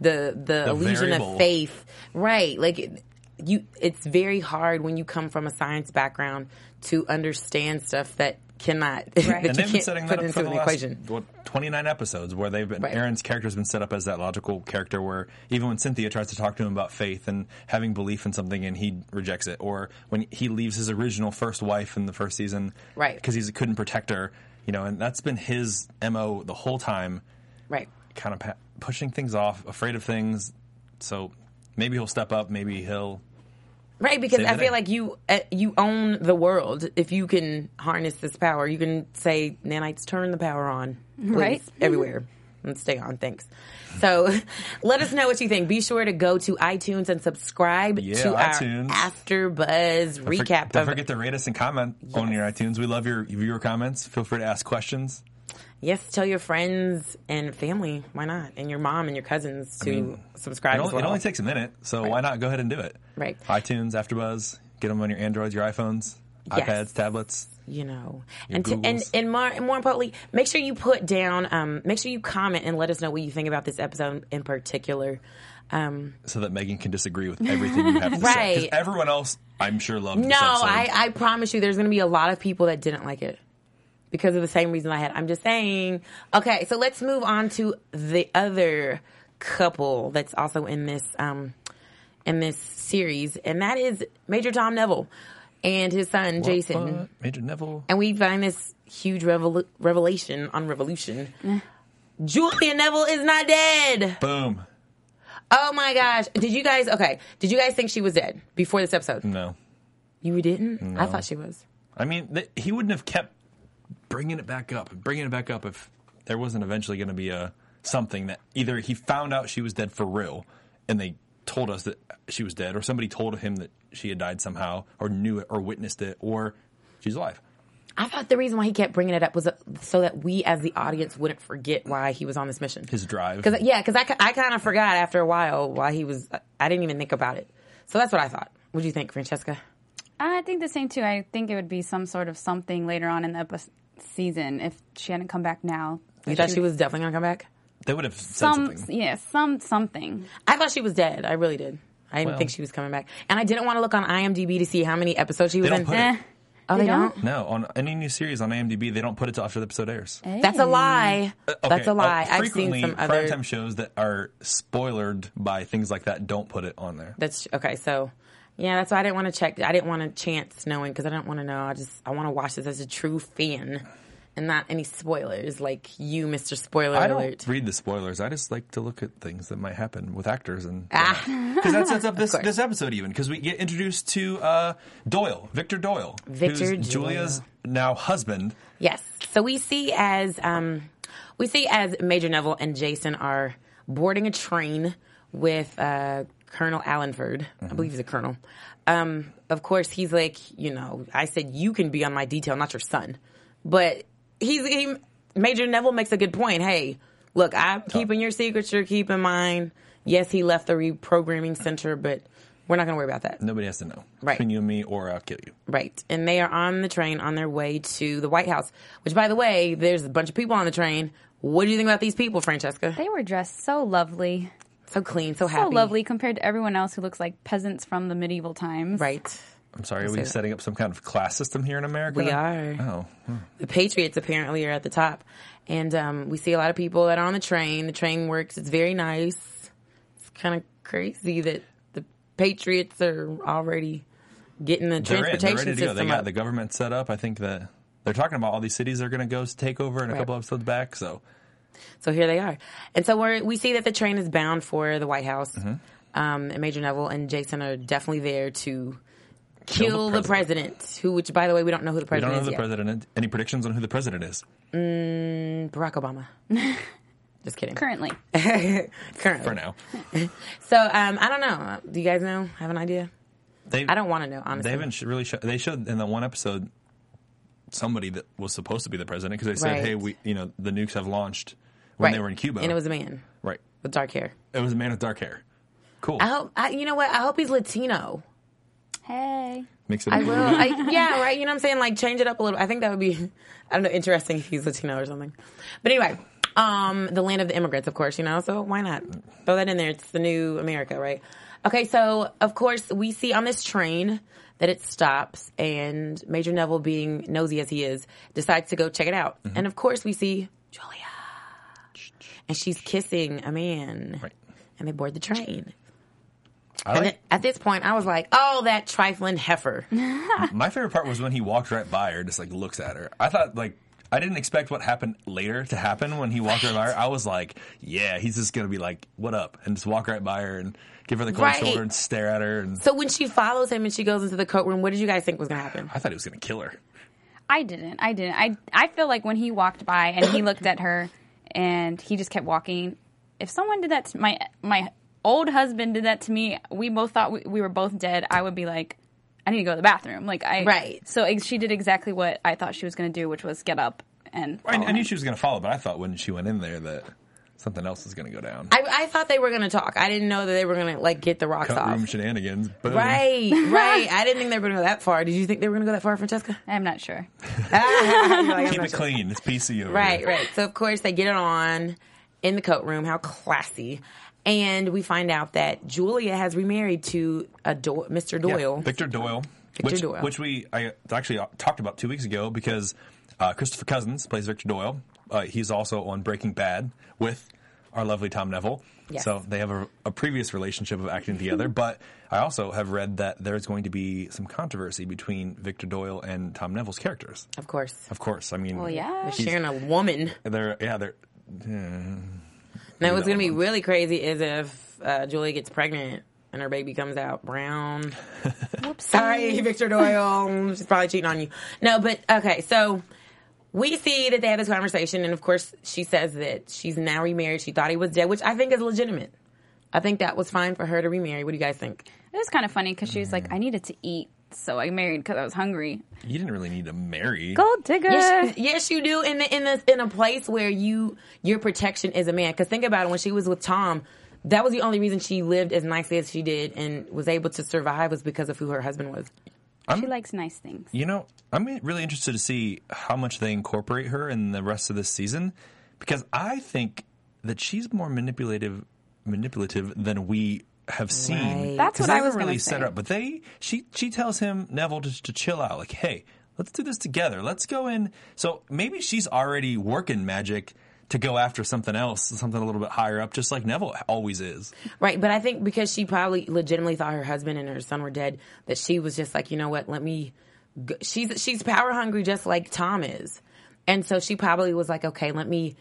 [SPEAKER 2] The the, illusion
[SPEAKER 3] variable.
[SPEAKER 2] of faith, right? Like it- you, it's very hard when you come from a science background to understand stuff that cannot that
[SPEAKER 3] And
[SPEAKER 2] you
[SPEAKER 3] they've been
[SPEAKER 2] can't
[SPEAKER 3] setting
[SPEAKER 2] put
[SPEAKER 3] that up
[SPEAKER 2] into
[SPEAKER 3] for
[SPEAKER 2] an
[SPEAKER 3] the last
[SPEAKER 2] equation.
[SPEAKER 3] what, 29 episodes where they've been
[SPEAKER 2] Right.
[SPEAKER 3] Aaron's character's been set up as that logical character where even when Cynthia tries to talk to him about faith and having belief in something and he rejects it or when he leaves his original first wife in the first season
[SPEAKER 2] Right.
[SPEAKER 3] because he couldn't protect her you know and that's been his MO the whole time
[SPEAKER 2] Right.
[SPEAKER 3] kind of pa- pushing things off afraid of things so maybe he'll step up maybe he'll
[SPEAKER 2] Right, because
[SPEAKER 3] Save
[SPEAKER 2] I
[SPEAKER 3] the
[SPEAKER 2] feel
[SPEAKER 3] day.
[SPEAKER 2] like you uh, you own the world. If you can harness this power, you can say, "Nanites, turn the power on, please,
[SPEAKER 4] Right.
[SPEAKER 2] everywhere." And stay on, thanks. So, let us know what you think. Be sure to go to iTunes and subscribe
[SPEAKER 3] Yeah,
[SPEAKER 2] to
[SPEAKER 3] iTunes.
[SPEAKER 2] our After Buzz
[SPEAKER 3] For-
[SPEAKER 2] recap.
[SPEAKER 3] don't
[SPEAKER 2] of-
[SPEAKER 3] forget to rate us and comment on your iTunes we love your viewer comments feel free to ask questions
[SPEAKER 2] yes, tell your friends and family. Why not? And your mom and your cousins to subscribe.
[SPEAKER 3] It
[SPEAKER 2] as
[SPEAKER 3] only,
[SPEAKER 2] well.
[SPEAKER 3] it only takes a minute, so why not go ahead and do it?
[SPEAKER 2] Right.
[SPEAKER 3] iTunes, AfterBuzz, get them on your Androids, your iPhones,
[SPEAKER 2] Yes.
[SPEAKER 3] iPads, tablets.
[SPEAKER 2] you know
[SPEAKER 3] Your
[SPEAKER 2] and, to, and
[SPEAKER 3] Googles.
[SPEAKER 2] and more and more importantly make sure you put down um, make sure you comment and let us know what you think about this episode in particular um,
[SPEAKER 3] So that Megan can disagree with everything you have to say.
[SPEAKER 2] Right.
[SPEAKER 3] Because everyone else, I'm sure, loved
[SPEAKER 2] no
[SPEAKER 3] this episode.
[SPEAKER 2] I, I promise you there's going to be a lot of people that didn't like it because of the same reason i had i'm just saying okay so let's move on to the other couple that's also in this um, in this series and that is major tom neville and his son
[SPEAKER 3] What,
[SPEAKER 2] jason
[SPEAKER 3] what? Major Neville.
[SPEAKER 2] and we find this huge revolu- revelation on Revolution. Julia Neville is not dead.
[SPEAKER 3] Boom.
[SPEAKER 2] Oh my gosh! Did you guys? Okay, did you guys think she was dead before this episode?
[SPEAKER 3] No.
[SPEAKER 2] You didn't. I thought she was.
[SPEAKER 3] I mean, th- he wouldn't have kept bringing it back up and bringing it back up if there wasn't eventually going to be a something that either he found out she was dead for real and they told us that she was dead, or somebody told him that she had died somehow, or knew it, or witnessed it, or she's alive.
[SPEAKER 2] I thought the reason why he kept bringing it up was uh, so that we, as the audience, wouldn't forget why he was on this mission.
[SPEAKER 3] His drive.
[SPEAKER 2] Cause, uh, yeah, because I, ki- I kind of forgot after a while why he was. I didn't even think about it. So that's what I thought. What do you think, Francesca?
[SPEAKER 4] I think the same too. I think it would be some sort of something later on in the episode season if she hadn't come back now.
[SPEAKER 2] You thought she was definitely gonna come back?
[SPEAKER 3] They would have said
[SPEAKER 4] some
[SPEAKER 3] something.
[SPEAKER 4] yeah some something.
[SPEAKER 2] I thought she was dead. I really did. I didn't
[SPEAKER 3] Well-
[SPEAKER 2] think she was coming back, and I didn't want to look on IMDb to see how many episodes she was
[SPEAKER 3] don't
[SPEAKER 2] in.
[SPEAKER 3] put it.
[SPEAKER 4] Eh,
[SPEAKER 2] oh, they
[SPEAKER 4] They
[SPEAKER 2] don't.
[SPEAKER 4] don't?
[SPEAKER 3] No, on any new series on IMDb, they don't put it till after the episode airs.
[SPEAKER 2] That's a lie.
[SPEAKER 3] Okay,
[SPEAKER 2] Eh, That's a lie.
[SPEAKER 3] Uh,
[SPEAKER 2] I've seen
[SPEAKER 3] frequently,
[SPEAKER 2] some other.
[SPEAKER 3] primetime shows that are spoilered by things like that don't put it on there.
[SPEAKER 2] That's okay. So, yeah, that's why I didn't want to check. I didn't want to chance knowing because I don't want to know. I just I want to watch this as a true fan, and not any spoilers like you, Mister Spoiler
[SPEAKER 3] I
[SPEAKER 2] Alert.
[SPEAKER 3] don't read the spoilers. I just like to look at things that might happen with actors and
[SPEAKER 2] Ah.
[SPEAKER 3] because that sets up this, this episode even because we get introduced to uh, Doyle, Victor Doyle,
[SPEAKER 2] Victor
[SPEAKER 3] who's Julia's now husband.
[SPEAKER 2] Yes. So we see as um, we see as Major Neville and Jason are boarding a train with uh, Colonel Allenford. I believe he's a colonel. Um, of course, he's like, you know, I said you can be on my detail, not your son. But he's he, Major Neville makes a good point. Hey, look, I'm keeping your secrets, you're keeping mine. Yes, he left the reprogramming center, but we're not going to worry about that.
[SPEAKER 3] Nobody has to know
[SPEAKER 2] Right.
[SPEAKER 3] between you and me, or I'll kill you.
[SPEAKER 2] Right. And they are on the train on their way to the White House, which, by the way, there's a bunch of people on the train. What do you think about these people, Francesca?
[SPEAKER 4] They were dressed so lovely,
[SPEAKER 2] So clean, so
[SPEAKER 4] so
[SPEAKER 2] happy.
[SPEAKER 4] lovely compared to everyone else who looks like peasants from the medieval times.
[SPEAKER 2] Right.
[SPEAKER 3] I'm sorry, are we
[SPEAKER 2] say that.
[SPEAKER 3] setting up some kind of class system here in America?
[SPEAKER 2] We are.
[SPEAKER 3] Oh, hmm.
[SPEAKER 2] The Patriots apparently are at the top. And um, we see a lot of people that are on the train. The train works. It's very nice. It's kind of crazy that the Patriots are already getting the
[SPEAKER 3] They're in.
[SPEAKER 2] transportation
[SPEAKER 3] They're ready to go.
[SPEAKER 2] system
[SPEAKER 3] They got
[SPEAKER 2] up.
[SPEAKER 3] the government set up. I think that they're talking about all these cities they're going to go take over in a
[SPEAKER 2] Right.
[SPEAKER 3] couple episodes back. So
[SPEAKER 2] So here they are. And so we're, we see that the train is bound for the White House.
[SPEAKER 3] Mm-hmm.
[SPEAKER 2] Um, and Major Neville and Jason are definitely there to kill, the, president. Who, which by the way, we don't know who the
[SPEAKER 3] we don't
[SPEAKER 2] president
[SPEAKER 3] know who
[SPEAKER 2] is
[SPEAKER 3] the
[SPEAKER 2] yet.
[SPEAKER 3] president. Any predictions on who the president is?
[SPEAKER 2] Barack Obama. Just kidding.
[SPEAKER 4] Currently,
[SPEAKER 2] Currently.
[SPEAKER 3] For now,
[SPEAKER 2] So um, I don't know. Do you guys know? Have an idea?
[SPEAKER 3] they
[SPEAKER 2] I don't want to know, honestly.
[SPEAKER 3] They haven't sh- really. Show- they showed in the one episode somebody that was supposed to be the president because they said,
[SPEAKER 2] Right.
[SPEAKER 3] "Hey, we, you know, the nukes have launched when they
[SPEAKER 2] Right.
[SPEAKER 3] were in Cuba."
[SPEAKER 2] and it was a man
[SPEAKER 3] right.
[SPEAKER 2] with dark hair.
[SPEAKER 3] It was a man with dark hair. Cool.
[SPEAKER 2] I hope. I, you know what? I hope he's Latino.
[SPEAKER 4] Hey.
[SPEAKER 3] Makes it.
[SPEAKER 2] I will. I, yeah, right. You know what I'm saying? Like change it up a little. I think that would be, I don't know, interesting if he's Latino or something. But anyway, um, the land of the immigrants, of course. You know, so why not throw that in there? It's the new America, right? Okay, so of course we see on this train that it stops, and Major Neville, being nosy as he is, decides to go check it out.
[SPEAKER 3] Mm-hmm.
[SPEAKER 2] And of course we see Julia, and she's kissing a man,
[SPEAKER 3] Right.
[SPEAKER 2] and they board the train.
[SPEAKER 3] I
[SPEAKER 2] And
[SPEAKER 3] like-
[SPEAKER 2] then at this point, I was like, "Oh, that trifling heifer."
[SPEAKER 3] My favorite part was when he walked right by her, just like looks at her. I thought like I didn't expect what happened later to happen when he walked right by her. I was like, yeah, he's just gonna be like, what up, and just walk right by her and give her the cold
[SPEAKER 2] Right.
[SPEAKER 3] shoulder and stare at her. And
[SPEAKER 2] So when she follows him and she goes into the coat room, what did you guys think was gonna happen?
[SPEAKER 3] I thought he was gonna kill her.
[SPEAKER 4] I didn't. I didn't. I I feel like when he walked by and he looked at her and he just kept walking. If someone did that to my my old husband did that to me, we both thought we, we were both dead. I would be like, I need to go to the bathroom. Like I
[SPEAKER 2] Right.
[SPEAKER 4] So ex- she did exactly what I thought she was going to do, which was get up and.
[SPEAKER 3] I,
[SPEAKER 4] follow
[SPEAKER 3] I
[SPEAKER 4] him.
[SPEAKER 3] knew
[SPEAKER 2] Oh.
[SPEAKER 3] she was gonna follow, but I thought when she went in there that something else was gonna go down.
[SPEAKER 2] I, I thought they were gonna talk. I didn't know that they were gonna like get the rocks
[SPEAKER 3] Cut
[SPEAKER 2] off.
[SPEAKER 3] room shenanigans. Boom.
[SPEAKER 2] Right, right. I didn't think they were gonna go that far. Did you think they were gonna go that far, Francesca?
[SPEAKER 4] I'm not sure.
[SPEAKER 2] You're like, I'm
[SPEAKER 3] Keep
[SPEAKER 2] not
[SPEAKER 3] it
[SPEAKER 2] sure.
[SPEAKER 3] clean. It's PC over
[SPEAKER 2] Right,
[SPEAKER 3] here.
[SPEAKER 2] right. So of course they get it on in the coat room. How classy! And we find out that Julia has remarried to a Do- Mr.
[SPEAKER 3] Yeah,
[SPEAKER 2] Doyle.
[SPEAKER 3] Victor Doyle.
[SPEAKER 2] Victor
[SPEAKER 3] which,
[SPEAKER 2] Doyle.
[SPEAKER 3] Which we I actually talked about two weeks ago because uh, Christopher Cousins plays Victor Doyle. Uh, he's also on Breaking Bad with our lovely Tom Neville.
[SPEAKER 2] Yes.
[SPEAKER 3] So they have a, a previous relationship of acting together. but I also have read that there is going to be some controversy between Victor Doyle and Tom Neville's characters.
[SPEAKER 2] Of course,
[SPEAKER 3] Of course, I mean,
[SPEAKER 4] Well, yeah.
[SPEAKER 3] he's-
[SPEAKER 2] sharing a woman.
[SPEAKER 3] they're yeah they're
[SPEAKER 2] Now what's
[SPEAKER 3] that
[SPEAKER 2] gonna be
[SPEAKER 3] one.
[SPEAKER 2] really crazy is if uh, Julia gets pregnant and her baby comes out brown. Sorry, Victor Doyle. She's probably cheating on you. No, but okay, so we see that they have this conversation, and of course, she says that she's now remarried. She thought he was dead, which I think is legitimate. I think that was fine for her to remarry. What do you guys think?
[SPEAKER 4] It was kind of funny because she was like, I needed to eat, so I married because I was hungry.
[SPEAKER 3] you didn't really need to marry.
[SPEAKER 4] Gold digger.
[SPEAKER 2] Yes, yes, you do. In the, in the, in a place where you your protection is a man. Because think about it, when she was with Tom, that was the only reason she lived as nicely as she did and was able to survive was because of who her husband was.
[SPEAKER 4] She likes nice things.
[SPEAKER 3] You know, I'm really interested to see how much they incorporate her in the rest of this season because I think that she's more manipulative manipulative than we have seen.
[SPEAKER 2] Right.
[SPEAKER 4] That's
[SPEAKER 3] 'Cause
[SPEAKER 4] what
[SPEAKER 3] they
[SPEAKER 4] I was
[SPEAKER 3] haven't really
[SPEAKER 4] gonna
[SPEAKER 3] set
[SPEAKER 4] say.
[SPEAKER 3] her up, but they she she tells him Neville to, to chill out like, "Hey, let's do this together. Let's go in." So maybe she's already working magic to go after something else, something a little bit higher up, just like Neville always is.
[SPEAKER 2] Right, but I think because she probably legitimately thought her husband and her son were dead, that she was just like, you know what? Let me. Go. She's she's power hungry, just like Tom is, and so she probably was like, okay, let me.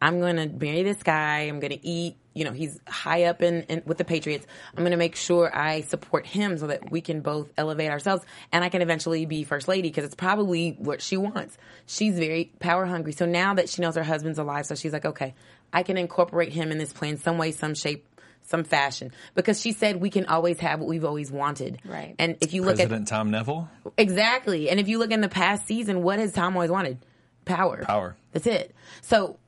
[SPEAKER 2] I'm gonna marry this guy. I'm gonna eat. You know, he's high up in, in with the Patriots. I'm gonna make sure I support him so that we can both elevate ourselves, and I can eventually be first lady because it's probably what she wants. She's very power hungry, so now that she knows her husband's alive, so she's like, okay, I can incorporate him in this plan some way, some shape some fashion because she said we can always have what we've always wanted.
[SPEAKER 4] Right.
[SPEAKER 2] And if you look
[SPEAKER 3] President Tom Neville,
[SPEAKER 2] at exactly, and if you look in the past season, what has Tom always wanted? Power.
[SPEAKER 3] Power.
[SPEAKER 2] That's it. So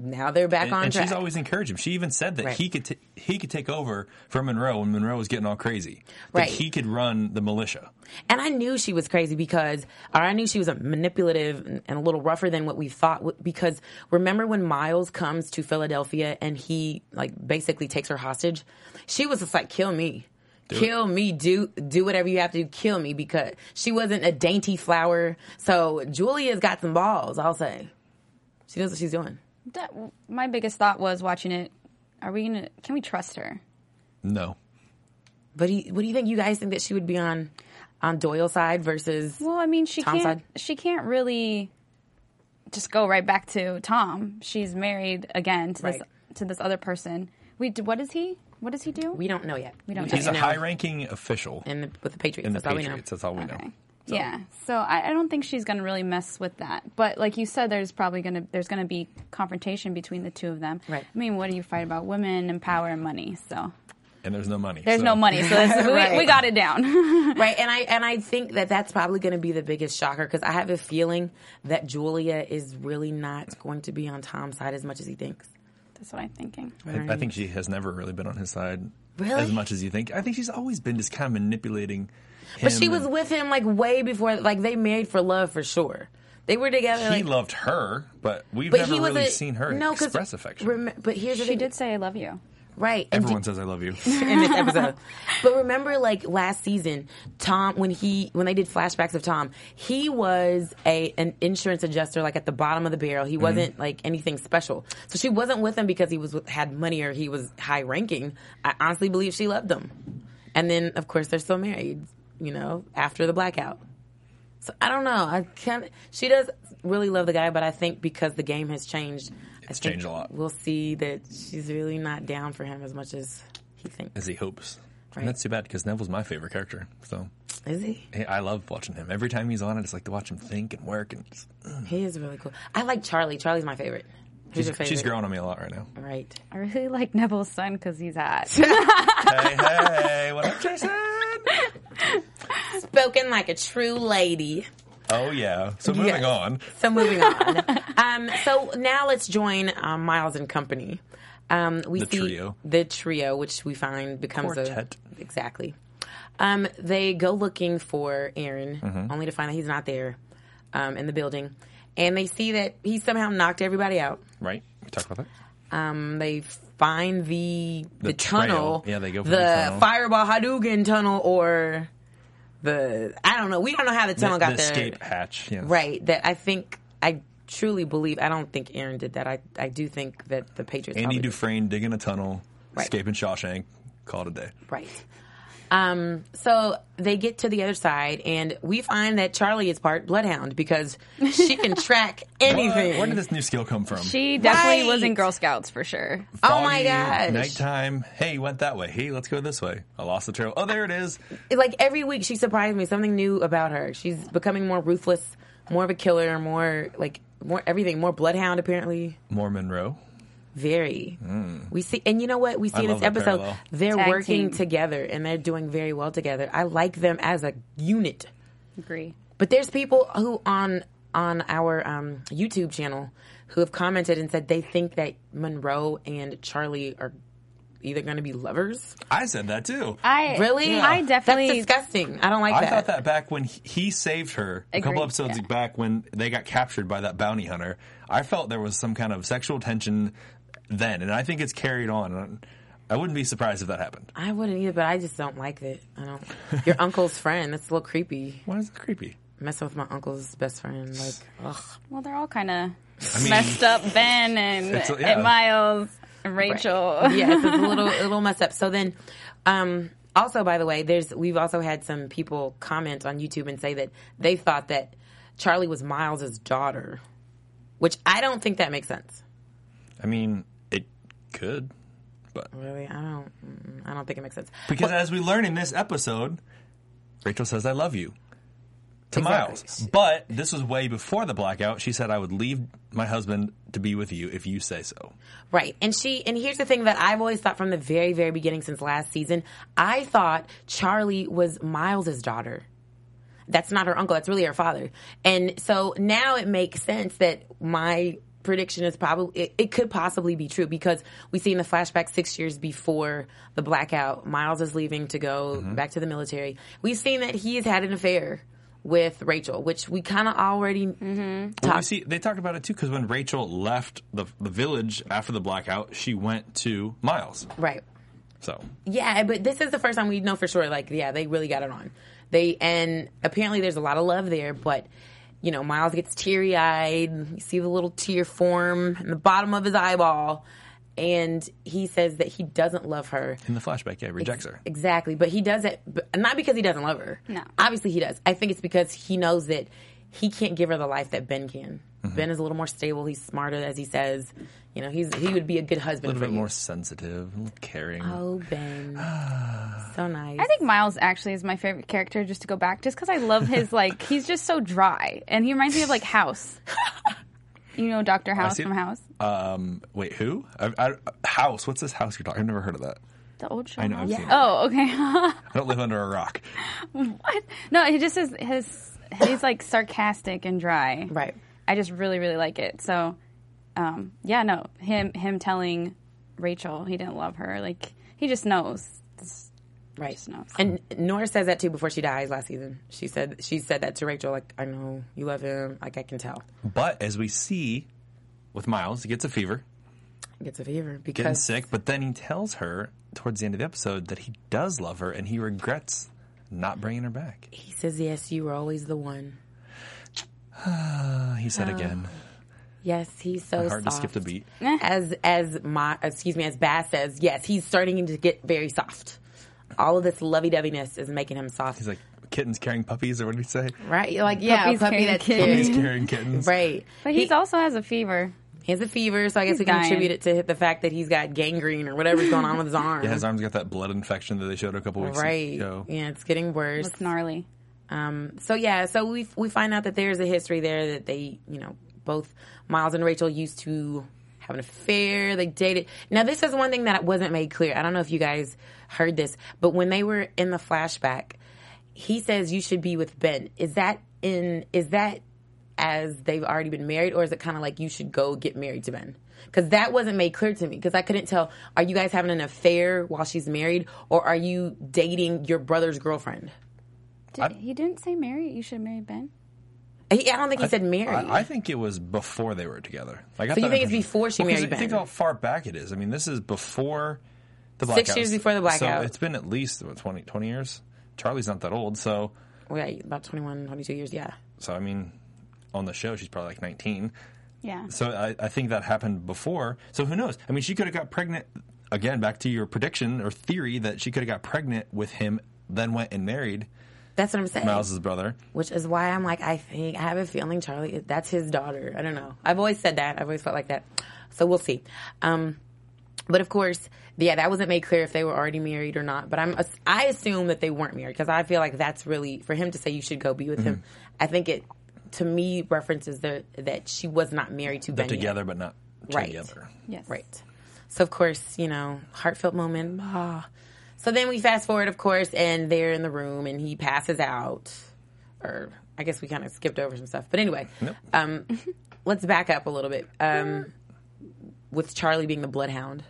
[SPEAKER 2] now they're back
[SPEAKER 3] and,
[SPEAKER 2] on
[SPEAKER 3] and
[SPEAKER 2] track.
[SPEAKER 3] she's always encouraged him. She even said that
[SPEAKER 2] Right.
[SPEAKER 3] he could t- he could take over from Monroe when Monroe was getting all crazy. That
[SPEAKER 2] Right.
[SPEAKER 3] he could run the militia.
[SPEAKER 2] and I knew she was crazy because, or I knew she was a manipulative and, and a little rougher than what we thought. w- Because remember when Miles comes to Philadelphia and he like basically takes her hostage, she was just like, "Kill me." kill me do do whatever you have to do kill me because she wasn't a dainty flower so julia's got some balls i'll say she knows what she's doing
[SPEAKER 4] That, my biggest thought was watching it. Are we gonna? Can we trust her?
[SPEAKER 3] No.
[SPEAKER 2] but do you, what do you think you guys think that she would be on on doyle's side versus
[SPEAKER 4] Well, I mean, she
[SPEAKER 2] Tom's
[SPEAKER 4] can't.
[SPEAKER 2] side?
[SPEAKER 4] She can't really just go right back to Tom. She's married again to this
[SPEAKER 2] Right.
[SPEAKER 4] to this other person. We d- what does he? What does he do?
[SPEAKER 2] we don't know yet we
[SPEAKER 4] don't
[SPEAKER 2] just
[SPEAKER 3] He's a
[SPEAKER 2] know
[SPEAKER 3] high ranking official in
[SPEAKER 2] in the, with the patriots
[SPEAKER 3] the
[SPEAKER 2] that's all we know
[SPEAKER 3] Patriots. That's all we know.
[SPEAKER 4] Yeah. So I, I don't think she's gonna really mess with that. But like you said, there's probably gonna there's gonna be confrontation between the two of them.
[SPEAKER 2] Right.
[SPEAKER 4] I mean, what do you fight about? Women and power and money. So
[SPEAKER 3] and there's no money.
[SPEAKER 4] There's
[SPEAKER 3] So-
[SPEAKER 4] no money, so that's,
[SPEAKER 2] Right.
[SPEAKER 4] we, we got it down.
[SPEAKER 2] right and i and i think that that's probably going to be the biggest shocker because i have a feeling that julia is really not going to be on tom's side as much as he thinks
[SPEAKER 4] that's what I'm thinking.
[SPEAKER 3] I, I think she has never really been on his side
[SPEAKER 2] Really?
[SPEAKER 3] as much as you think. I think she's always been just kind of manipulating.
[SPEAKER 2] but she
[SPEAKER 3] him
[SPEAKER 2] was
[SPEAKER 3] and-
[SPEAKER 2] with him like way before like they married for love for sure they were together like,
[SPEAKER 3] He loved her, but we've
[SPEAKER 2] but
[SPEAKER 3] never
[SPEAKER 2] he was
[SPEAKER 3] really
[SPEAKER 2] a-
[SPEAKER 3] seen her
[SPEAKER 2] no, 'cause
[SPEAKER 3] express affection.
[SPEAKER 2] rem- but here's the
[SPEAKER 4] She
[SPEAKER 2] thing,
[SPEAKER 4] did say, "I love you."
[SPEAKER 2] right? and
[SPEAKER 3] Everyone
[SPEAKER 2] did-
[SPEAKER 3] says I love you.
[SPEAKER 2] in this episode. But remember, like last season, Tom when he when they did flashbacks of Tom, he was a an insurance adjuster, like at the bottom of the barrel. He wasn't like anything special. So she wasn't with him because he was with, had money or he was high ranking. I honestly believe she loved him. And then, of course, they're still married. You know, after the blackout. So I don't know. I can't. She does really love the guy, but I think because the game has changed.
[SPEAKER 3] It's
[SPEAKER 2] I think
[SPEAKER 3] changed a lot.
[SPEAKER 2] We'll see that she's really not down for him as much as he thinks.
[SPEAKER 3] as he hopes.
[SPEAKER 2] Right.
[SPEAKER 3] And that's too bad because Neville's my favorite character. So
[SPEAKER 2] Is he?
[SPEAKER 3] hey, I love watching him. Every time he's on, I just like to watch him think and work. And just-
[SPEAKER 2] He is really cool. I like Charlie. Charlie's my favorite. Who's
[SPEAKER 3] she's,
[SPEAKER 2] your favorite?
[SPEAKER 3] she's growing on me a lot right now.
[SPEAKER 2] Right.
[SPEAKER 4] I really like Neville's son because he's hot.
[SPEAKER 3] hey, hey, what up, Jason?
[SPEAKER 2] Spoken like a true lady.
[SPEAKER 3] Oh yeah. So moving
[SPEAKER 2] Yes.
[SPEAKER 3] on.
[SPEAKER 2] So moving on. um, so now let's join um, Miles and Company. Um, we
[SPEAKER 3] The
[SPEAKER 2] see
[SPEAKER 3] trio.
[SPEAKER 2] the trio, which we find becomes
[SPEAKER 3] Quartet.
[SPEAKER 2] a exactly. Um, they go looking for Aaron,
[SPEAKER 3] Mm-hmm.
[SPEAKER 2] only to find that he's not there um, in the building, and they see that he somehow knocked everybody out.
[SPEAKER 3] Right. We talk about that.
[SPEAKER 2] Um, they find the the,
[SPEAKER 3] trail.
[SPEAKER 2] tunnel.
[SPEAKER 3] Yeah, they go for
[SPEAKER 2] the,
[SPEAKER 3] the tunnel.
[SPEAKER 2] Fireball Hadouken tunnel or the I don't know. We don't know how the tunnel
[SPEAKER 3] the,
[SPEAKER 2] got
[SPEAKER 3] the
[SPEAKER 2] there.
[SPEAKER 3] escape hatch. Yeah.
[SPEAKER 2] Right. That I think I truly believe. I don't think Aaron did that. I I do think that the Patriots.
[SPEAKER 3] Andy
[SPEAKER 2] probably did.
[SPEAKER 3] Dufresne digging a tunnel,
[SPEAKER 2] Right.
[SPEAKER 3] escaping Shawshank. Call it a day.
[SPEAKER 2] Right. Um, so they get to the other side, and we find that Charlie is part bloodhound because she can track anything.
[SPEAKER 3] Where did this new skill come from?
[SPEAKER 4] She definitely was in
[SPEAKER 2] Right.
[SPEAKER 4] Girl Scouts for sure.
[SPEAKER 2] oh my
[SPEAKER 3] Foggy,
[SPEAKER 2] gosh!
[SPEAKER 3] Nighttime. Hey, you went that way. Hey, let's go this way. I lost the trail. Oh, there it is.
[SPEAKER 2] like every week she surprised me something new about her she's becoming more ruthless more of a killer more like more everything more bloodhound apparently
[SPEAKER 3] More Monroe.
[SPEAKER 2] very we see and you know what we see
[SPEAKER 3] Hmm. I
[SPEAKER 2] in this
[SPEAKER 3] love that
[SPEAKER 2] episode
[SPEAKER 3] parallel.
[SPEAKER 2] they're
[SPEAKER 4] Tag
[SPEAKER 2] working
[SPEAKER 4] team.
[SPEAKER 2] together and they're doing very well together i like them as a unit
[SPEAKER 4] Agree.
[SPEAKER 2] but there's people who on on our um, youtube channel who have commented and said they think that monroe and charlie are either going to be lovers
[SPEAKER 3] I said that too.
[SPEAKER 4] I
[SPEAKER 2] really
[SPEAKER 4] I definitely
[SPEAKER 2] that's disgusting i don't like
[SPEAKER 3] I
[SPEAKER 2] that
[SPEAKER 3] thought that back when he- he saved her a couple
[SPEAKER 4] Agreed,
[SPEAKER 3] episodes
[SPEAKER 4] yeah.
[SPEAKER 3] back when they got captured by that bounty hunter. I felt there was some kind of sexual tension then, and I think it's carried on. I wouldn't be surprised if that happened.
[SPEAKER 2] I wouldn't either, but I just don't like it. I don't. Your uncle's friend. That's a little creepy.
[SPEAKER 3] Why is that creepy?
[SPEAKER 2] Messing with my uncle's best friend. Like, ugh.
[SPEAKER 4] Well, they're all kind of
[SPEAKER 3] mean-
[SPEAKER 4] messed up. Ben and,
[SPEAKER 3] It's- yeah.
[SPEAKER 4] and Miles, and Rachel.
[SPEAKER 2] Yeah, it's just a little, a little messed up. So then, um, also, by the way, there's we've also had some people comment on YouTube and say that they thought that Charlie was Miles's daughter, which I don't think that makes sense.
[SPEAKER 3] I mean, it could. But
[SPEAKER 2] Really, I don't. mm, I don't think it makes sense.
[SPEAKER 3] because as we learn in this episode, Rachel says I love you to Miles.
[SPEAKER 2] Exactly.
[SPEAKER 3] But this was way before the blackout. She said I would leave my husband to be with you if you say so.
[SPEAKER 2] Right. And she and here's the thing that I've always thought from the very very beginning since last season, I thought Charlie was Miles's daughter. That's not her uncle, that's really her father. And so now it makes sense that my prediction is probably it, it could possibly be true because we see in the flashback 6 years before the blackout, Miles is leaving to go back to the military. We've seen that he's had an affair with Rachel, which we kind of already
[SPEAKER 3] Well, you see, they talked about it too because when Rachel left the, the village after the blackout, she went to Miles.
[SPEAKER 2] right.
[SPEAKER 3] So
[SPEAKER 2] Yeah, but this is the first time we know for sure. Like, yeah, they really got it on. They and apparently there's a lot of love there, but you know, Miles gets teary eyed. You see the little tear form in the bottom of his eyeball, and he says that he doesn't love her.
[SPEAKER 3] in the flashback, yeah, rejects her.
[SPEAKER 2] Exactly, but he does it but not because he doesn't love her.
[SPEAKER 4] No.
[SPEAKER 2] obviously he does. I think it's because he knows that he can't give her the life that Ben can.
[SPEAKER 3] Mm-hmm.
[SPEAKER 2] Ben is a little more stable. He's smarter, as he says. You know, he's he would be a good
[SPEAKER 3] A
[SPEAKER 2] husband
[SPEAKER 3] little
[SPEAKER 2] for
[SPEAKER 3] bit
[SPEAKER 2] you.
[SPEAKER 3] more sensitive, a little caring.
[SPEAKER 2] Oh, Ben, so nice.
[SPEAKER 4] I think Miles actually is my favorite character. Just to go back, just because I love his like he's just so dry, and he reminds me of like House. you know, Doctor House
[SPEAKER 3] see-
[SPEAKER 4] from House.
[SPEAKER 3] Um, wait, who? I, I, house? What's this house you're talking? I've never heard of that.
[SPEAKER 4] The old show.
[SPEAKER 3] I know, I've
[SPEAKER 4] house?
[SPEAKER 3] seen it.
[SPEAKER 4] Oh, okay.
[SPEAKER 3] I don't live under a rock.
[SPEAKER 4] what? No, he just is his. He's like sarcastic and dry.
[SPEAKER 2] Right.
[SPEAKER 4] I just really, really like it. So, um, yeah, no, him him telling Rachel he didn't love her. Like he just knows. This-
[SPEAKER 2] Right.
[SPEAKER 4] Just knows.
[SPEAKER 2] And Nora says that too before she dies last season. She said she said that to Rachel, like, I know you love him, like I can tell.
[SPEAKER 3] But as we see with Miles, he gets a fever,
[SPEAKER 2] Gets a fever
[SPEAKER 3] getting
[SPEAKER 2] because
[SPEAKER 3] sick, but then he tells her towards the end of the episode that he does love her and he regrets not bringing her back.
[SPEAKER 2] he says, Yes, you were always the one.
[SPEAKER 3] Uh, he said again.
[SPEAKER 2] Yes, he's Oh, so
[SPEAKER 3] Hard to
[SPEAKER 2] soft.
[SPEAKER 3] skip the beat.
[SPEAKER 2] As as my excuse me, as Bass says, yes, he's starting to get very soft. All of this lovey doveyness is making him soft. Mm-hmm.
[SPEAKER 3] He's like, kittens carrying puppies, or what did he say?
[SPEAKER 2] right? You're Like, yeah,
[SPEAKER 4] Puppies
[SPEAKER 2] a puppy
[SPEAKER 4] carrying
[SPEAKER 2] that's
[SPEAKER 4] kittens.
[SPEAKER 3] Puppies
[SPEAKER 2] cute.
[SPEAKER 3] carrying kittens.
[SPEAKER 2] Right.
[SPEAKER 4] But he's also has a fever.
[SPEAKER 2] He has a fever, so I guess
[SPEAKER 4] He's
[SPEAKER 2] we can attribute
[SPEAKER 4] dying.
[SPEAKER 2] it to the fact that he's got gangrene or whatever's going on with his arm.
[SPEAKER 3] Yeah, his arm's got that blood infection that they showed a couple weeks
[SPEAKER 2] right.
[SPEAKER 3] ago.
[SPEAKER 2] Yeah, it's getting worse.
[SPEAKER 4] It's gnarly.
[SPEAKER 2] Um, so yeah, so we we find out that there's a history there that they, you know, both Miles and Rachel used to have an affair. They dated. Now this is one thing that wasn't made clear. I don't know if you guys heard this, but when they were in the flashback, he says you should be with Ben. Is that in? Is that as they've already been married, or is it kind of like you should go get married to Ben? Because that wasn't made clear to me. Because I couldn't tell. Are you guys having an affair while she's married, or are you dating your brother's girlfriend?
[SPEAKER 4] Did, he didn't say marry. You should marry Ben.
[SPEAKER 2] He, I don't think he said married.
[SPEAKER 3] I, I think it was before they were together. Like, I
[SPEAKER 2] So you
[SPEAKER 3] thought
[SPEAKER 2] think it's
[SPEAKER 3] impression-
[SPEAKER 2] before she
[SPEAKER 3] Well, 'cause
[SPEAKER 2] married
[SPEAKER 3] Think
[SPEAKER 2] Ben?
[SPEAKER 3] how far back it is. I mean, this is before the blackout.
[SPEAKER 2] Six years before the blackout.
[SPEAKER 3] So it's been at least what, 20, 20 years. Charlie's not that old, so
[SPEAKER 2] right, about 21, 22 years, yeah.
[SPEAKER 3] so I mean, on the show she's probably like nineteen.
[SPEAKER 4] Yeah.
[SPEAKER 3] So I, I think that happened before. So who knows? I mean, she could have got pregnant again. Back to your prediction or theory that she could have got pregnant with him, then went and married
[SPEAKER 2] That's what I'm saying.
[SPEAKER 3] Miles's brother.
[SPEAKER 2] Which is why I'm like, I think, I have a feeling Charlie, that's his daughter. I don't know. I've always said that. I've always felt like that. So we'll see. Um, but of course, yeah, that wasn't made clear if they were already married or not. But I'm, I assume that they weren't married because I feel like that's really, for him to say you should go be with him,
[SPEAKER 3] Mm-hmm.
[SPEAKER 2] I think it, to me, references the, that she was not married to
[SPEAKER 3] They're
[SPEAKER 2] Ben. yet.
[SPEAKER 3] together, but not
[SPEAKER 2] Right.
[SPEAKER 3] together.
[SPEAKER 4] Yes.
[SPEAKER 2] Right. So of course, you know, heartfelt moment. Ah. So then we fast forward, of course, and they're in the room, and he passes out. Or I guess we kind of skipped over some stuff, but anyway, um, let's back up a little bit. Um, with Charlie being the bloodhound,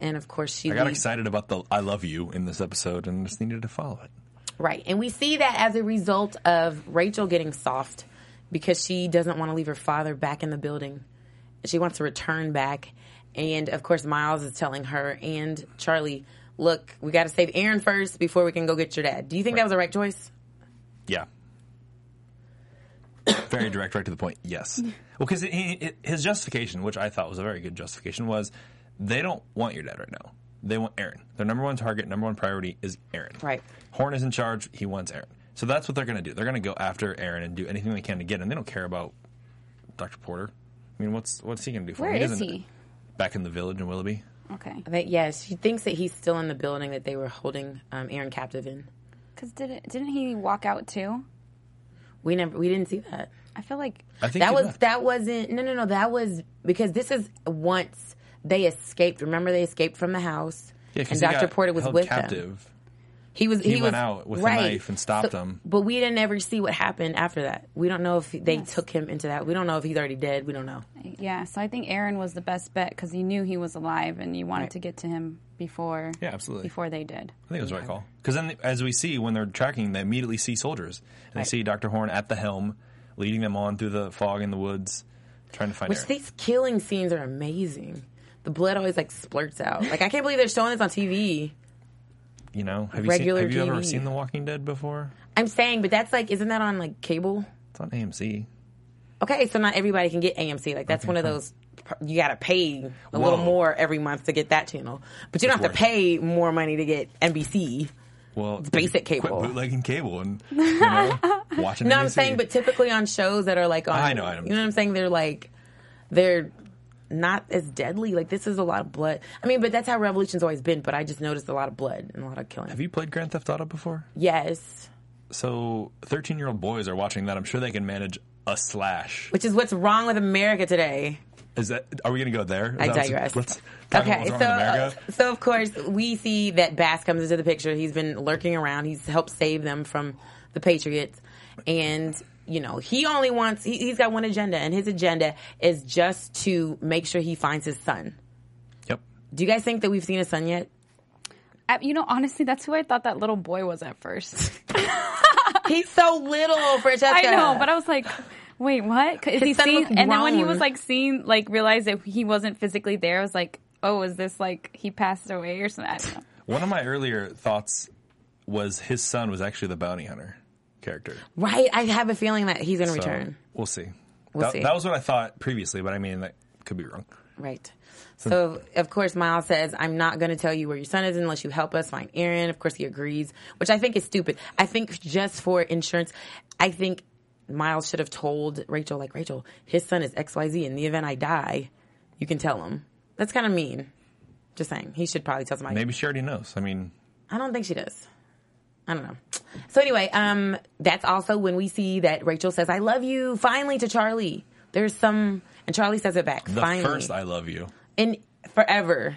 [SPEAKER 2] and of course she
[SPEAKER 3] I got
[SPEAKER 2] leads-
[SPEAKER 3] excited about the "I love you" in this episode and just needed to follow it.
[SPEAKER 2] Right. And we see that as a result of Rachel getting soft because she doesn't want to leave her father back in the building. She wants to return back. And of course, Miles is telling her and Charlie, look, we got to save Aaron first before we can go get your dad. Do you think that was the right choice?
[SPEAKER 3] Yeah. very direct, right to the point. Yes. Well, because his justification, which I thought was a very good justification, was they don't want your dad right now. They want Aaron. Their number one target, number one priority is Aaron.
[SPEAKER 2] Right.
[SPEAKER 3] Horn is in charge. He wants Aaron. So that's what they're going to do. They're going to go after Aaron and do anything they can to get him. They don't care about Dr. Porter. I mean, what's what's he going to do for
[SPEAKER 4] Where
[SPEAKER 3] him?
[SPEAKER 4] is
[SPEAKER 3] doesn't-
[SPEAKER 4] he?
[SPEAKER 3] Back in the village in Willoughby.
[SPEAKER 4] Okay.
[SPEAKER 2] That, yes, she thinks that he's still in the building that they were holding um, Aaron captive in.
[SPEAKER 4] Because did it, didn't he walk out too?
[SPEAKER 2] We never, we didn't see that.
[SPEAKER 4] I feel like
[SPEAKER 3] I think
[SPEAKER 2] That
[SPEAKER 3] he
[SPEAKER 2] was
[SPEAKER 3] left.
[SPEAKER 2] that wasn't no no no that was because this is once they escaped. Remember they escaped from the house
[SPEAKER 3] Yeah, 'cause
[SPEAKER 2] and
[SPEAKER 3] he
[SPEAKER 2] Dr.
[SPEAKER 3] got
[SPEAKER 2] Porter was
[SPEAKER 3] held
[SPEAKER 2] with them.
[SPEAKER 3] captive.
[SPEAKER 2] He was he,
[SPEAKER 3] He
[SPEAKER 2] was,
[SPEAKER 3] went out with a
[SPEAKER 2] right.
[SPEAKER 3] knife and stopped him.
[SPEAKER 2] But we didn't ever see what happened after that. We don't know if they took him into that. We don't know if he's already dead. We don't know.
[SPEAKER 4] yeah. So I think Aaron was the best bet because he knew he was alive and you wanted to get to him before.
[SPEAKER 3] Yeah, absolutely.
[SPEAKER 4] Before they did.
[SPEAKER 3] I think it was the right call. Because then, as we see, when they're tracking, they immediately see soldiers. And They see Dr. Horn at the helm, leading them on through the fog in the woods, trying to find
[SPEAKER 2] Which
[SPEAKER 3] Aaron.
[SPEAKER 2] these killing scenes are amazing. The blood always like splurts out. Like I can't believe they're showing this on TV.
[SPEAKER 3] you know, have you, seen,
[SPEAKER 2] regular E?
[SPEAKER 3] have you ever
[SPEAKER 2] TV.
[SPEAKER 3] seen The Walking Dead before?
[SPEAKER 2] I'm saying, but that's like isn't that on like cable?
[SPEAKER 3] It's on AMC.
[SPEAKER 2] Okay, so not everybody can get AMC. Like that's one of
[SPEAKER 3] fine.
[SPEAKER 2] those you got to pay a
[SPEAKER 3] Whoa.
[SPEAKER 2] little more every month to get that channel, but you don't have to
[SPEAKER 3] worth it.
[SPEAKER 2] pay more money to get NBC.
[SPEAKER 3] Well, it's
[SPEAKER 2] basic cable.
[SPEAKER 3] Quit bootlegging cable and you know, watching.
[SPEAKER 2] No,
[SPEAKER 3] NBC.
[SPEAKER 2] I'm saying, but typically on shows that are like on,
[SPEAKER 3] I know, I know.
[SPEAKER 2] you know what I'm saying? They're like, they're not as deadly. Like this is a lot of blood. I mean, but that's how Revolution's always been. But I just noticed a lot of blood and a lot of killing.
[SPEAKER 3] have you played Grand Theft Auto before?
[SPEAKER 2] yes,
[SPEAKER 3] So 13 year old boys are watching that. I'm sure they can manage a slash.
[SPEAKER 2] which is what's wrong with America today.
[SPEAKER 3] Is that? Are we going to go there? Is
[SPEAKER 2] I
[SPEAKER 3] that what's-
[SPEAKER 2] digress.
[SPEAKER 3] Let's talk about
[SPEAKER 2] Okay,
[SPEAKER 3] what's
[SPEAKER 2] so uh,
[SPEAKER 3] wrong with America.
[SPEAKER 2] so of course we see that Bass comes into the picture. He's been lurking around. He's helped save them from the Patriots, and you know he only wants he, he's got one agenda, and his agenda is just to make sure he finds his son.
[SPEAKER 3] Yep.
[SPEAKER 2] Do you guys think that we've seen his son yet?
[SPEAKER 4] I, you know, honestly, that's who I thought that little boy was at first.
[SPEAKER 2] He's so little, Francesca.
[SPEAKER 4] I know, but I was like, wait, what? Is he
[SPEAKER 2] son
[SPEAKER 4] seen?
[SPEAKER 2] looked
[SPEAKER 4] And then when he
[SPEAKER 2] grown.
[SPEAKER 4] was like seen, like realized that he wasn't physically there, I was like, oh, is this like he passed away or something? I don't know.
[SPEAKER 3] One of my earlier thoughts was his son was actually the bounty hunter character.
[SPEAKER 2] right. I have a feeling that he's going to
[SPEAKER 3] So,
[SPEAKER 2] return.
[SPEAKER 3] We'll see.
[SPEAKER 2] We'll
[SPEAKER 3] that,
[SPEAKER 2] see.
[SPEAKER 3] that was what I thought previously, but I mean that could be wrong.
[SPEAKER 2] Right. So, of course, Miles says, I'm not going to tell you where your son is unless you help us find Aaron. Of course, he agrees, which I think is stupid. I think just for insurance, I think Miles should have told Rachel, like, Rachel, his son is XYZ. In the event I die, you can tell him. That's kind of mean. Just saying. He should probably tell somebody.
[SPEAKER 3] Maybe she already knows. I mean,
[SPEAKER 2] I don't think she does. I don't know. So anyway, um, that's also when we see that Rachel says, I love you finally to Charlie. There's some, and Charlie says it back.
[SPEAKER 3] the
[SPEAKER 2] finally
[SPEAKER 3] first I love you.
[SPEAKER 2] in forever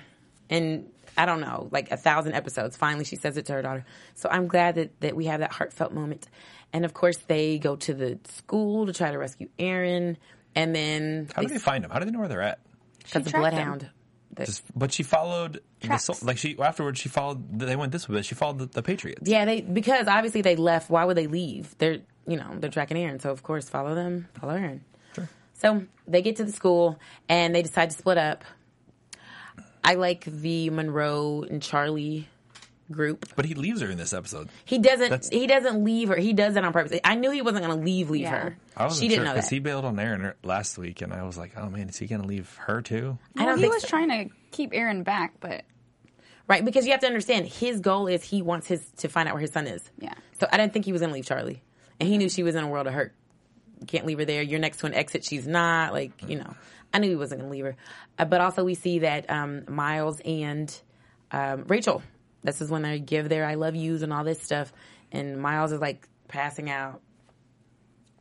[SPEAKER 2] in I don't know, like a thousand episodes. Finally, she says it to her daughter. So I'm glad that, that we have that heartfelt moment. And of course, they go to the school to try to rescue Aaron. And then
[SPEAKER 3] How did they find him? How did they know where they're at?
[SPEAKER 2] because the
[SPEAKER 4] tracked
[SPEAKER 2] bloodhound. that-
[SPEAKER 3] Just, but she followed the
[SPEAKER 4] Tracks.
[SPEAKER 3] sol- like she afterwards she followed they went this way, but she followed the, the Patriots.
[SPEAKER 2] yeah, they because obviously they left. Why would they leave? They're you know they're tracking Aaron, so of course follow them, follow Aaron. So they get to the school and they decide to split up. I like the Monroe and Charlie group.
[SPEAKER 3] But he leaves her in this episode.
[SPEAKER 2] He doesn't.
[SPEAKER 3] That's-
[SPEAKER 2] he doesn't leave her. He does that on purpose. I knew he wasn't going to leave. Leave
[SPEAKER 4] Yeah.
[SPEAKER 2] her.
[SPEAKER 3] I wasn't
[SPEAKER 2] She didn't
[SPEAKER 3] sure
[SPEAKER 2] know that.
[SPEAKER 3] he bailed on Aaron er, last week, and I was like, oh man, is he going to leave her too?
[SPEAKER 2] I don't
[SPEAKER 4] he
[SPEAKER 2] think
[SPEAKER 4] was
[SPEAKER 2] so.
[SPEAKER 4] trying to keep Aaron back, but
[SPEAKER 2] right because you have to understand his goal is he wants his to find out where his son is.
[SPEAKER 4] Yeah.
[SPEAKER 2] So I didn't think he was going to leave Charlie, and he knew she was in a world of hurt. You Can't leave her there. You're next to an exit. She's not like you know. I knew he wasn't going to leave her, uh, but also we see that um, Miles and um, Rachel. This is when they give their "I love yous" and all this stuff, and Miles is like passing out.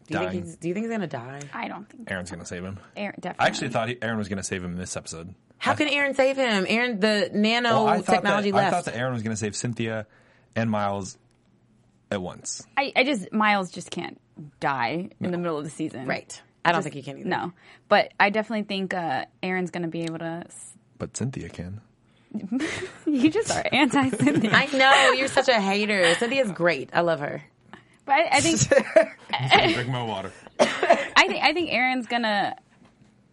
[SPEAKER 2] Do you
[SPEAKER 3] Dying.
[SPEAKER 2] think he's? Do you think he's going to die?
[SPEAKER 4] I don't think
[SPEAKER 3] Aaron's going to save him.
[SPEAKER 4] Aaron definitely.
[SPEAKER 3] I actually thought he, Aaron was going to save him in this episode.
[SPEAKER 2] How can Aaron save him? Aaron, the nano
[SPEAKER 3] Well, I thought
[SPEAKER 2] Oh, technology
[SPEAKER 3] that, I
[SPEAKER 2] left.
[SPEAKER 3] thought that Aaron was going to save Cynthia and Miles at once.
[SPEAKER 4] I, I just Miles just can't die in the middle of the season,
[SPEAKER 2] right. I don't think he can either.
[SPEAKER 4] No, but I definitely think uh, Aaron's going to be able to. s-
[SPEAKER 3] But Cynthia can.
[SPEAKER 4] You just are anti Cynthia.
[SPEAKER 2] I know you're such a hater. Cynthia's great. I love her.
[SPEAKER 4] But I, I think
[SPEAKER 3] Drink my water.
[SPEAKER 4] I think I think Aaron's gonna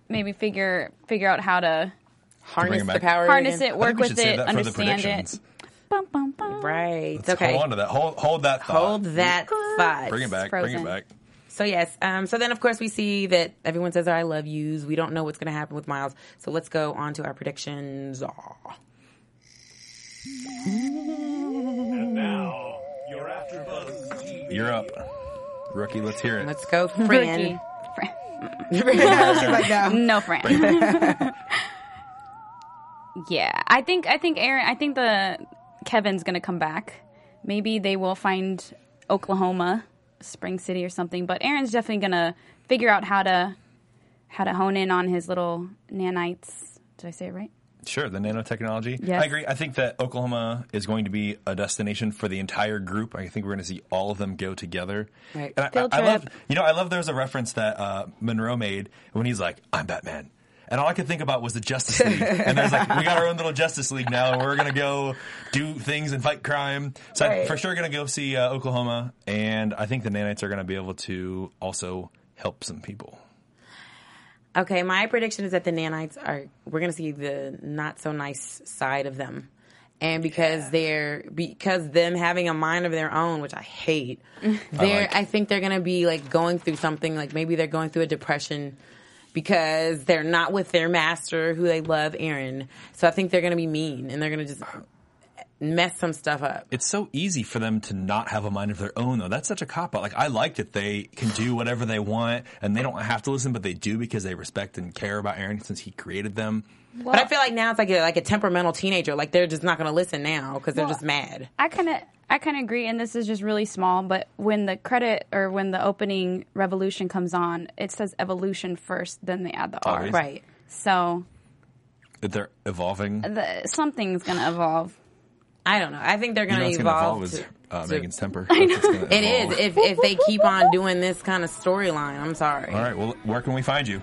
[SPEAKER 4] maybe figure figure out how to
[SPEAKER 2] Harness
[SPEAKER 3] him
[SPEAKER 2] the
[SPEAKER 3] back.
[SPEAKER 2] power.
[SPEAKER 4] harness
[SPEAKER 2] again.
[SPEAKER 3] I
[SPEAKER 4] it,
[SPEAKER 3] think
[SPEAKER 4] work
[SPEAKER 3] we should
[SPEAKER 4] with
[SPEAKER 3] save
[SPEAKER 4] it,
[SPEAKER 3] that for the
[SPEAKER 4] understand it.
[SPEAKER 3] predictions.
[SPEAKER 4] Bum, bum, bum.
[SPEAKER 2] Right.
[SPEAKER 3] Let's
[SPEAKER 2] okay.
[SPEAKER 3] Hold on to that. Hold, hold that thought.
[SPEAKER 2] Hold that thought.
[SPEAKER 3] Bring it back. Bring
[SPEAKER 4] frozen.
[SPEAKER 3] it back.
[SPEAKER 2] So yes. Um, so then of course we see that everyone says their I love yous. We don't know what's going to happen with Miles. So let's go on to our predictions. Aw.
[SPEAKER 5] And now, your After Buzz TV.
[SPEAKER 3] You're up. Rookie, let's hear it.
[SPEAKER 2] Let's go,
[SPEAKER 4] Rookie.
[SPEAKER 2] Fran.
[SPEAKER 4] Fran.
[SPEAKER 2] She's like, no.
[SPEAKER 4] No Fran. yeah, I think I think Aaron. I think the Kevin's gonna come back. Maybe they will find Oklahoma, Spring City, or something. But Aaron's definitely gonna figure out how to how to hone in on his little nanites. Did I say it right?
[SPEAKER 3] Sure, the nanotechnology.
[SPEAKER 4] Yes.
[SPEAKER 3] I agree. I think that Oklahoma is going to be a destination for the entire group. I think we're going to see all of them go together.
[SPEAKER 2] Right.
[SPEAKER 3] And I,
[SPEAKER 4] Field
[SPEAKER 3] I, I love,
[SPEAKER 4] trip.
[SPEAKER 3] you know, I love there's a reference that uh, Monroe made when he's like, I'm Batman. And all I could think about was the Justice League. And there's like, we got our own little Justice League now, and we're going to go do things and fight crime. So I'm
[SPEAKER 2] Right.
[SPEAKER 3] for sure going to go see uh, Oklahoma. And I think the nanites are going to be able to also help some people.
[SPEAKER 2] Okay, my prediction is that the nanites are we're going to see the not so nice side of them. And because they're because them having a mind of their own, which I hate, they're
[SPEAKER 3] like-
[SPEAKER 2] I think they're going to be like going through something like maybe they're going through a depression because they're not with their master who they love, Aaron. So I think they're going to be mean and they're going to just mess some stuff up.
[SPEAKER 3] it's so easy for them to not have a mind of their own though. That's such a cop out. Like I like that they can do whatever they want and they don't have to listen, but they do because they respect and care about Aaron since he created them.
[SPEAKER 2] but I feel like now it's like a, like a temperamental teenager. Like they're just not going to listen now because they're
[SPEAKER 4] Well,
[SPEAKER 2] just mad.
[SPEAKER 4] I kind of I kind of agree, and this is just really small. But when the credit or when the opening revolution comes on, it says evolution first, then they add the R.
[SPEAKER 3] Always.
[SPEAKER 2] Right.
[SPEAKER 4] So
[SPEAKER 3] That they're evolving.
[SPEAKER 4] the, something's gonna evolve.
[SPEAKER 2] I don't know. I think they're
[SPEAKER 3] you
[SPEAKER 2] going
[SPEAKER 3] know
[SPEAKER 2] to
[SPEAKER 3] what's going to evolve
[SPEAKER 2] evolve.
[SPEAKER 3] is
[SPEAKER 2] to-
[SPEAKER 3] uh,
[SPEAKER 2] to-
[SPEAKER 3] Megan's temper. I know.
[SPEAKER 2] It is if if they keep on doing this kind of storyline. I'm sorry.
[SPEAKER 3] All right. Well, where can we find you?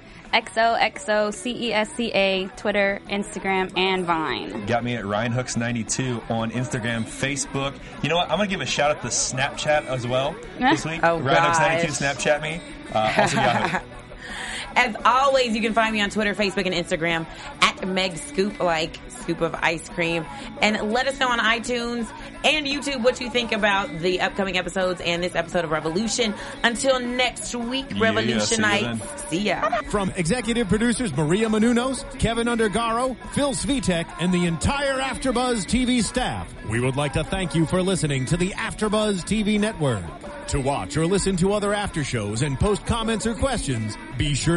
[SPEAKER 4] XOXO CESCA Twitter, Instagram, and Vine.
[SPEAKER 3] Got me at Ryan Hooks 92 on Instagram, Facebook. You know what? I'm going to give a shout out to Snapchat as well this week.
[SPEAKER 2] Oh,
[SPEAKER 3] Ryan Hooks 92
[SPEAKER 2] gosh.
[SPEAKER 3] Snapchat me. Uh, also Yahoo.
[SPEAKER 2] As always, you can find me on Twitter, Facebook, and Instagram at Meg Scoop, like scoop of ice cream. And let us know on iTunes and YouTube what you think about the upcoming episodes and this episode of Revolution. Until next week,
[SPEAKER 3] Yeah, see you
[SPEAKER 2] Revolutionites.
[SPEAKER 3] then.
[SPEAKER 2] See ya.
[SPEAKER 1] From executive producers Maria Manunos, Kevin Undergaro, Phil Svitek, and the entire Afterbuzz TV staff, we would like to thank you for listening to the Afterbuzz TV network. To watch or listen to other after shows and post comments or questions, be sure